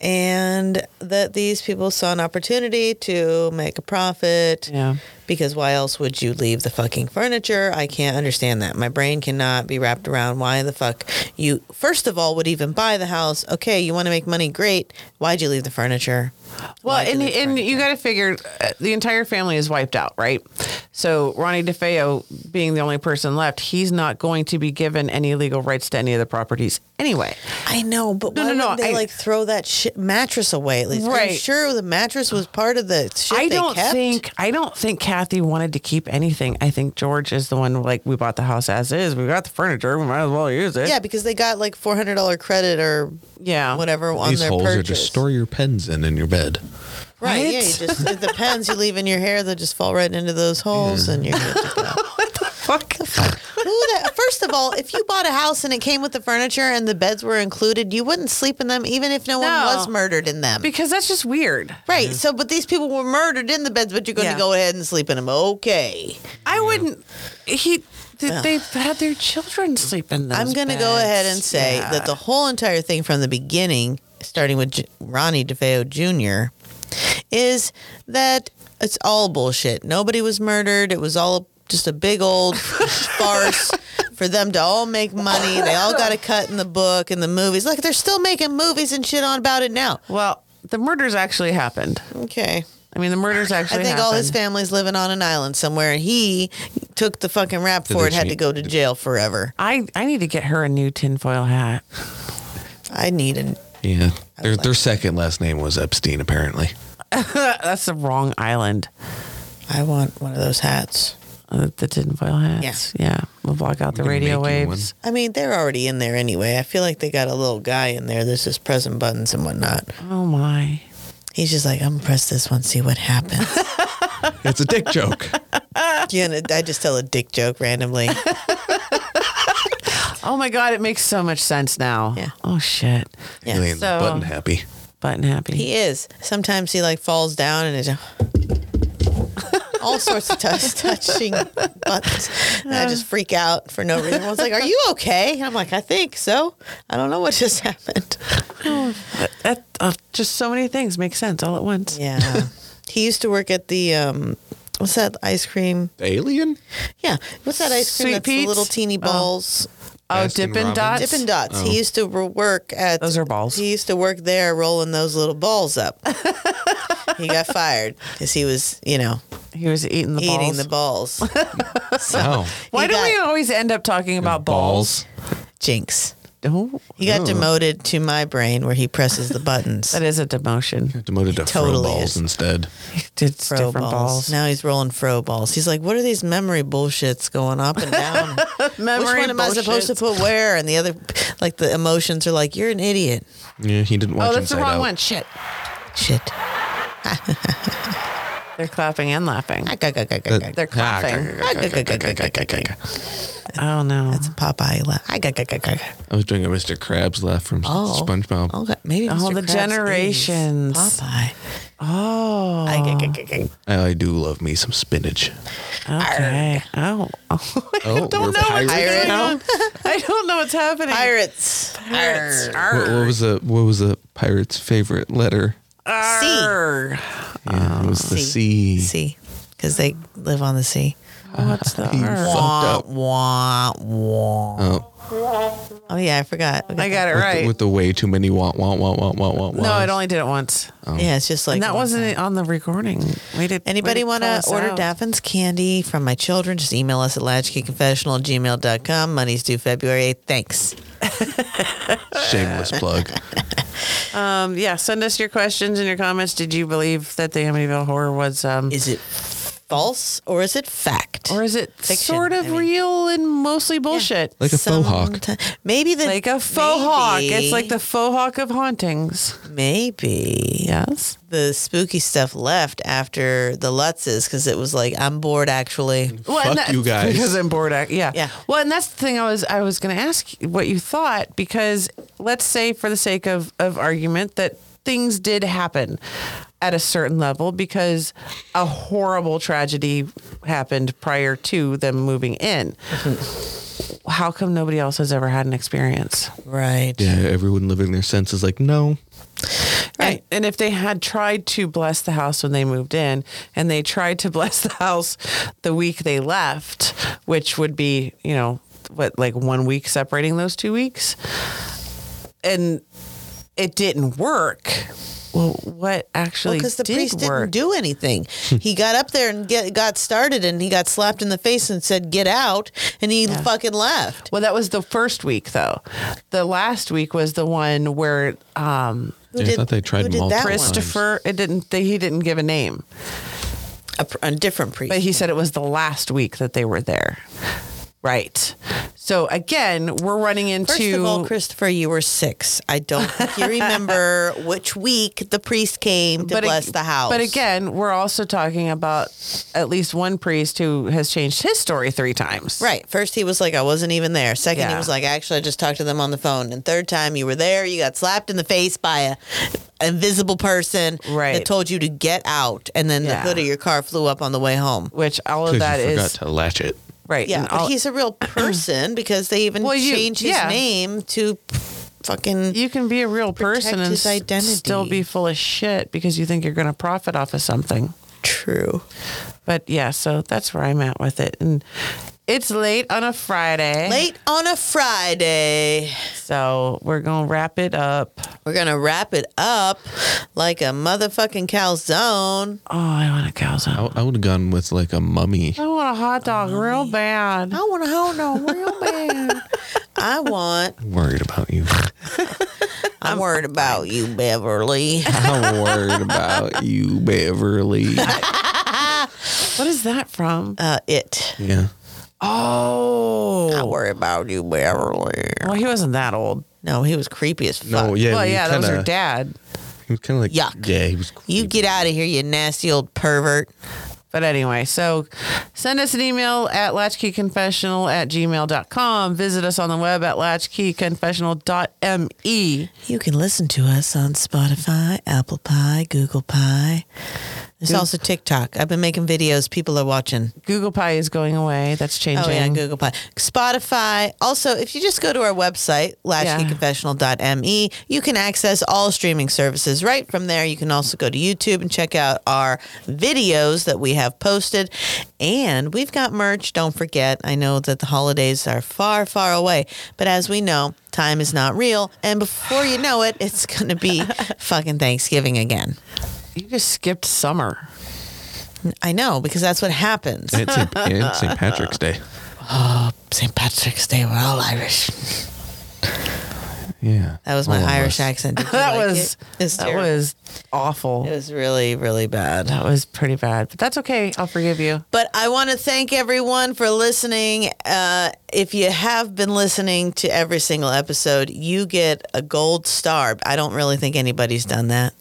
Speaker 1: and that these people saw an opportunity to make a profit.
Speaker 2: Yeah.
Speaker 1: Because why else would you leave the fucking furniture? I can't understand that. My brain cannot be wrapped around why the fuck you, first of all, would even buy the house. Okay, you want to make money, great. Why'd you leave the furniture?
Speaker 2: Well,
Speaker 1: Why'd you
Speaker 2: and,
Speaker 1: leave the
Speaker 2: and
Speaker 1: furniture?
Speaker 2: you got to figure uh, the entire family is wiped out, right? So Ronnie DeFeo, being the only person left, he's not going to be given any legal rights to any of the properties anyway.
Speaker 1: I know, but
Speaker 2: No,
Speaker 1: why
Speaker 2: no, no,
Speaker 1: would they
Speaker 2: I-
Speaker 1: like throw that shit mattress away at least? Are you
Speaker 2: Right.
Speaker 1: sure the mattress was part of the shit
Speaker 2: I
Speaker 1: they
Speaker 2: don't
Speaker 1: kept?
Speaker 2: think I don't think Kathy wanted to keep anything. I think George is the one like we bought the house as is. We got the furniture. We might as well use it.
Speaker 1: Yeah, because they got like four hundred dollar credit or
Speaker 2: yeah.
Speaker 1: whatever on
Speaker 3: These
Speaker 1: their
Speaker 3: holes
Speaker 1: purchase.
Speaker 3: are just store your pens in in your bed.
Speaker 1: Right? Yeah, you
Speaker 2: What?
Speaker 1: just it depends. You leave in your hair, they just fall right into those holes, and you're good to go.
Speaker 2: Fuck.
Speaker 1: Who the, first of all, if you bought a house and it came with the furniture and the beds were included, you wouldn't sleep in them, even if no, one
Speaker 2: No.
Speaker 1: was murdered in them.
Speaker 2: Because that's just weird.
Speaker 1: Right, so but these people were murdered in the beds, but you're going
Speaker 2: Yeah.
Speaker 1: to go ahead and sleep in them. Okay,
Speaker 2: I wouldn't. He. th- They had their children sleep in those
Speaker 1: I'm going to
Speaker 2: beds.
Speaker 1: go ahead and say
Speaker 2: Yeah.
Speaker 1: that the whole entire thing from the beginning, starting with J- Ronnie DeFeo Jr., is that it's all bullshit. Nobody was murdered. It was all just a big old farce for them to all make money. They all got a cut in the book and the movies. Look, they're still making movies and shit on about it now.
Speaker 2: Well, the murders actually happened.
Speaker 1: Okay.
Speaker 2: I mean, the murders
Speaker 1: I
Speaker 2: actually.
Speaker 1: think all his
Speaker 2: happened.
Speaker 1: family's living on an island somewhere, and he took the fucking rap for
Speaker 3: they
Speaker 1: it, had to
Speaker 3: change-
Speaker 1: go to jail forever.
Speaker 2: I I need to get her a new tinfoil hat.
Speaker 1: I need a
Speaker 3: Yeah. Their
Speaker 1: like
Speaker 3: their second last name was Epstein, apparently.
Speaker 2: That's the wrong island.
Speaker 1: I want one of those hats.
Speaker 2: Uh, the tinfoil hats. Yeah. We'll block out the
Speaker 3: gonna
Speaker 2: radio
Speaker 3: make you one.
Speaker 2: waves.
Speaker 1: I mean, they're already in there anyway. I feel like they got a little guy in there that's just pressing buttons and whatnot.
Speaker 2: Oh my.
Speaker 1: He's just like, I'm gonna press this one, see what happens.
Speaker 3: It's a dick joke.
Speaker 1: yeah, and I just tell a dick joke randomly.
Speaker 2: Oh my god, it makes so much sense now.
Speaker 1: Yeah.
Speaker 2: Oh shit.
Speaker 1: Yeah.
Speaker 3: Alien's
Speaker 2: So-
Speaker 3: button happy.
Speaker 2: Button happy.
Speaker 1: He is. Sometimes he like falls down and is all sorts of touch, touching buttons. And I just freak out for no reason. I was like, "Are you okay?" And I'm like, "I think so. I don't know what just happened."
Speaker 2: that, uh, just so many things make sense all at once.
Speaker 1: Yeah. he used to work at the um, what's that ice cream?
Speaker 3: Alien?
Speaker 1: Yeah, what's that ice cream?
Speaker 2: Sweet
Speaker 1: that's
Speaker 2: Pete's?
Speaker 1: the little teeny
Speaker 2: Oh.
Speaker 1: balls.
Speaker 2: Oh, Dippin'
Speaker 3: Baskin Robbins.
Speaker 2: Dots. Oh.
Speaker 1: Dippin' Dots. He used to re- work at.
Speaker 2: Those are balls.
Speaker 1: He used to work there, rolling those little balls up. he got fired because he was, you know,
Speaker 2: He was eating the
Speaker 1: eating
Speaker 2: balls.
Speaker 1: the balls. so
Speaker 3: Oh.
Speaker 2: Why
Speaker 1: he
Speaker 2: do we
Speaker 1: got-
Speaker 2: always end up talking about Uh, balls?
Speaker 3: Balls.
Speaker 1: Jinx.
Speaker 2: Oh,
Speaker 1: He got demoted to my brain where he presses the buttons.
Speaker 2: that is a demotion.
Speaker 3: Demoted to
Speaker 1: Totally
Speaker 3: throw balls
Speaker 1: is.
Speaker 3: instead.
Speaker 2: It's
Speaker 1: Fro
Speaker 2: different
Speaker 1: balls.
Speaker 2: balls.
Speaker 1: Now he's rolling fro balls. He's like, what are these memory bullshits going up and down? Which
Speaker 2: Memory
Speaker 1: one am I supposed to
Speaker 2: bullshits.
Speaker 1: put where? And the other, like the emotions are like, you're an idiot.
Speaker 3: Yeah, he didn't watch
Speaker 2: Oh, that's the
Speaker 3: Inside
Speaker 2: wrong
Speaker 3: Out.
Speaker 2: one. Shit.
Speaker 1: Shit. Ah,
Speaker 2: They're clapping and laughing. They're
Speaker 3: Ah,
Speaker 1: Popeye
Speaker 2: coughing.
Speaker 3: I
Speaker 2: Oh no.
Speaker 1: laugh. Okay.
Speaker 3: I was doing a Mr. Krabs laugh from
Speaker 1: Oh.
Speaker 3: SpongeBob.
Speaker 1: Maybe
Speaker 2: Oh,
Speaker 1: Mr.
Speaker 2: the
Speaker 1: Krabs is
Speaker 2: generations.
Speaker 1: Popeye.
Speaker 2: Oh.
Speaker 3: I do love me some spinach.
Speaker 2: okay. Oh.
Speaker 3: Oh,
Speaker 2: don't know what
Speaker 1: pirates.
Speaker 2: going on. I don't know what's happening.
Speaker 1: Pirates. Pirates.
Speaker 2: Arr.
Speaker 3: What, what was the what was the pirate's favorite letter?
Speaker 2: Arr.
Speaker 3: Yeah, it was the
Speaker 1: sea.
Speaker 3: C.
Speaker 1: Sea. Because they live on the sea.
Speaker 2: What's the
Speaker 3: You
Speaker 2: arr?
Speaker 3: fucked
Speaker 1: Wah, wah,
Speaker 3: up.
Speaker 1: wah.
Speaker 3: Oh,
Speaker 1: Oh, yeah, I forgot. Okay.
Speaker 2: I got it right.
Speaker 3: with the way too many want want want want want want.
Speaker 2: no, it only did it once.
Speaker 3: Oh.
Speaker 1: Yeah, it's just like.
Speaker 2: and that wasn't it on the recording. We did.
Speaker 1: Anybody want to order
Speaker 2: down?
Speaker 1: Daffin's candy from my children? Just email us at latchkeyconfessional gmail.com. Money's due February 8th. Thanks.
Speaker 3: shameless plug.
Speaker 2: Um, yeah, send us your questions and your comments. Did you believe that the Amityville Horror was, um,
Speaker 1: Is it false or is it fact?
Speaker 2: or is it
Speaker 1: fiction,
Speaker 2: sort of
Speaker 1: I mean.
Speaker 2: real and mostly bullshit?
Speaker 3: Like a faux hawk.
Speaker 1: Someti- Maybe the
Speaker 2: Like a faux hawk.
Speaker 1: maybe-
Speaker 2: It's like the faux hawk of hauntings.
Speaker 1: maybe
Speaker 2: Yes.
Speaker 1: the spooky stuff left after the Lutzes because it was like I'm bored actually.
Speaker 2: Well, and
Speaker 3: Fuck
Speaker 2: that-
Speaker 3: you guys.
Speaker 2: Because I'm bored. I- Yeah.
Speaker 1: Yeah.
Speaker 2: Well, and that's the thing I was I was going to ask you what you thought because let's say for the sake of of argument that things did happen at a certain level because a horrible tragedy happened prior to them moving in. How come nobody else has ever had an experience?
Speaker 1: Right.
Speaker 3: Yeah, E, everyone living their senses like no.
Speaker 1: Right.
Speaker 2: And, and if they had tried to bless the house when they moved in and they tried to bless the house the week they left, which would be, you know, what, like one week separating those two weeks, and it didn't work. Well, what actually
Speaker 1: Because the
Speaker 2: did
Speaker 1: priest
Speaker 2: work?
Speaker 1: didn't do anything. he got up there and get, got started, and he got slapped in the face and said, "Get out!" And he fucking left.
Speaker 2: well, that was the first week, though. The last week was the one where um,
Speaker 1: Who
Speaker 3: Yeah, I thought they tried
Speaker 1: who did that
Speaker 3: multiple
Speaker 1: one?
Speaker 3: times.
Speaker 2: Christopher. It didn't. They, he didn't give a name.
Speaker 1: A, pr- a different priest.
Speaker 2: But he said it was the last week that they were there. Right. So again, we're running into
Speaker 1: First of all, Christopher, you were six. I don't think you remember which week the priest came to
Speaker 2: but ag-
Speaker 1: bless the house.
Speaker 2: But again, we're also talking about at least one priest who has changed his story three times.
Speaker 1: Right. First, he was like, I wasn't even there. Second, he
Speaker 2: Yeah.
Speaker 1: was like, actually, I just talked to them on the phone. And third time, you were there. You got slapped in the face by a invisible person that
Speaker 2: Right.
Speaker 1: told you to get out. And then
Speaker 2: Yeah.
Speaker 1: the hood of your car flew up on the way home.
Speaker 2: Which all of Oh, that
Speaker 3: Because you
Speaker 2: is
Speaker 3: forgot to latch it.
Speaker 2: right.
Speaker 1: Yeah.
Speaker 2: and
Speaker 1: but
Speaker 2: all-
Speaker 1: he's a real person because they even
Speaker 2: Well, you-
Speaker 1: changed his
Speaker 2: yeah.
Speaker 1: name to fucking.
Speaker 2: you can be a real person and
Speaker 1: his
Speaker 2: s- still
Speaker 1: identity.
Speaker 2: be full of shit because you think you're going to profit off of something.
Speaker 1: True.
Speaker 2: But yeah, so that's where I'm at with it. And it's late on a Friday.
Speaker 1: Late on a Friday.
Speaker 2: So we're going to wrap it up.
Speaker 1: We're going to wrap it up like a motherfucking calzone.
Speaker 2: Oh, I want a calzone.
Speaker 3: I, I would have gone with like a mummy.
Speaker 2: I want a hot dog real bad.
Speaker 1: I want to hold on real bad. I want.
Speaker 3: I'm worried about you.
Speaker 1: I'm, worried about you, Beverly.
Speaker 3: I'm worried about you, Beverly.
Speaker 2: What is that from?
Speaker 1: Uh, it.
Speaker 3: Yeah.
Speaker 2: Oh.
Speaker 1: Don't worry about you, Beverly.
Speaker 2: Well, he wasn't that old.
Speaker 1: No, he was creepy as fuck.
Speaker 3: No, yeah.
Speaker 2: well,
Speaker 3: he
Speaker 2: yeah, that was her
Speaker 3: kinda-
Speaker 2: dad.
Speaker 3: He was kind of like
Speaker 1: Yuck.
Speaker 3: Yeah, he was.
Speaker 1: You get out of here, you nasty old pervert.
Speaker 2: But anyway, so send us an email at latchkeyconfessional at gmail.com. Visit us on the web at latchkeyconfessional.me.
Speaker 1: You can listen to us on Spotify, Apple Pie, Google Pie. There's also TikTok. I've been making videos. People are watching.
Speaker 2: Google Pie is going away. That's changing.
Speaker 1: Oh, yeah, Google Play. Spotify. Also, if you just go to our website, latchkeyconfessional.me, you can access all streaming services right from there. You can also go to YouTube and check out our videos that we have posted. And we've got merch. Don't forget, I know that the holidays are far, far away, but as we know, time is not real. And before you know it, it's going to be fucking Thanksgiving again.
Speaker 2: You just skipped summer.
Speaker 1: I know, because that's what happens.
Speaker 3: And it's St. and it's St. Patrick's Day.
Speaker 1: St. Patrick's Day, we're all Irish.
Speaker 3: Yeah.
Speaker 1: That was my
Speaker 3: All of
Speaker 1: Irish
Speaker 3: us.
Speaker 1: accent. Did you
Speaker 2: That
Speaker 1: like
Speaker 2: was
Speaker 1: it? It's
Speaker 2: that
Speaker 1: terrible.
Speaker 2: was awful.
Speaker 1: It was really, really bad.
Speaker 2: that was pretty bad. But that's okay. I'll forgive you.
Speaker 1: But I want to thank everyone for listening. Uh, if you have been listening to every single episode, you get a gold star. I don't really think anybody's done that.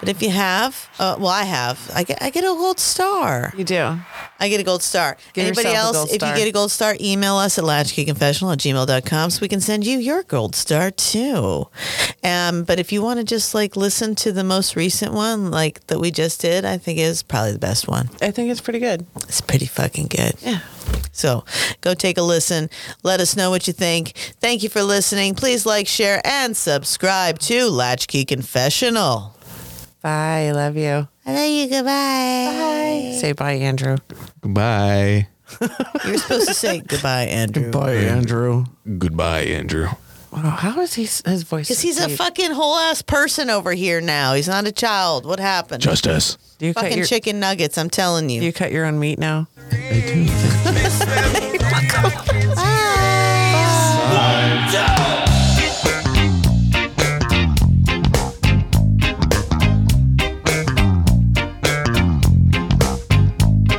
Speaker 1: But if you have, uh, well, I have. I get, I get a gold star.
Speaker 2: You do.
Speaker 1: I get a gold star.
Speaker 2: Give
Speaker 1: Anybody
Speaker 2: yourself a
Speaker 1: else,
Speaker 2: gold
Speaker 1: if you
Speaker 2: star.
Speaker 1: get a gold star, email us at latchkeyconfessional at gmail.com so we can send you your gold star too. Um, but if you want to just like listen to the most recent one, like that we just did, I think is probably the best one.
Speaker 2: I think it's pretty good.
Speaker 1: It's pretty fucking good.
Speaker 2: Yeah.
Speaker 1: So go take a listen. Let us know what you think. Thank you for listening. Please like, share, and subscribe to Latchkey Confessional.
Speaker 2: Bye. I love you.
Speaker 1: I love you. Goodbye.
Speaker 2: Say bye, Andrew.
Speaker 3: Goodbye.
Speaker 1: Bye. You're supposed to say goodbye, Andrew.
Speaker 2: Andrew.
Speaker 3: Goodbye, Andrew.
Speaker 2: Wow. How is he? His voice.
Speaker 1: Because he's a
Speaker 2: deep.
Speaker 1: fucking whole ass person over here now. He's not a child. What happened?
Speaker 3: Just us.
Speaker 2: Do you cut
Speaker 1: fucking
Speaker 2: your,
Speaker 1: chicken nuggets. I'm telling you.
Speaker 2: Do you cut your own meat now?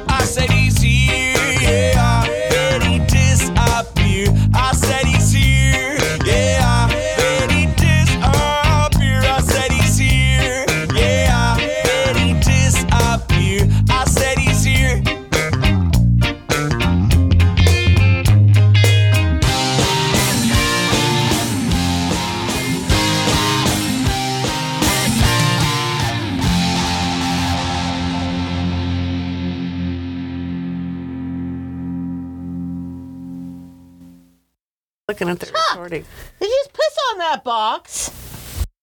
Speaker 4: I said he's here, yeah. Then he disappeared. I said he's here, yeah. Then he disappeared. I said he's here, yeah. Then he disappeared. I said he's here.
Speaker 2: Looking at the recording.
Speaker 1: Did you just piss on that box?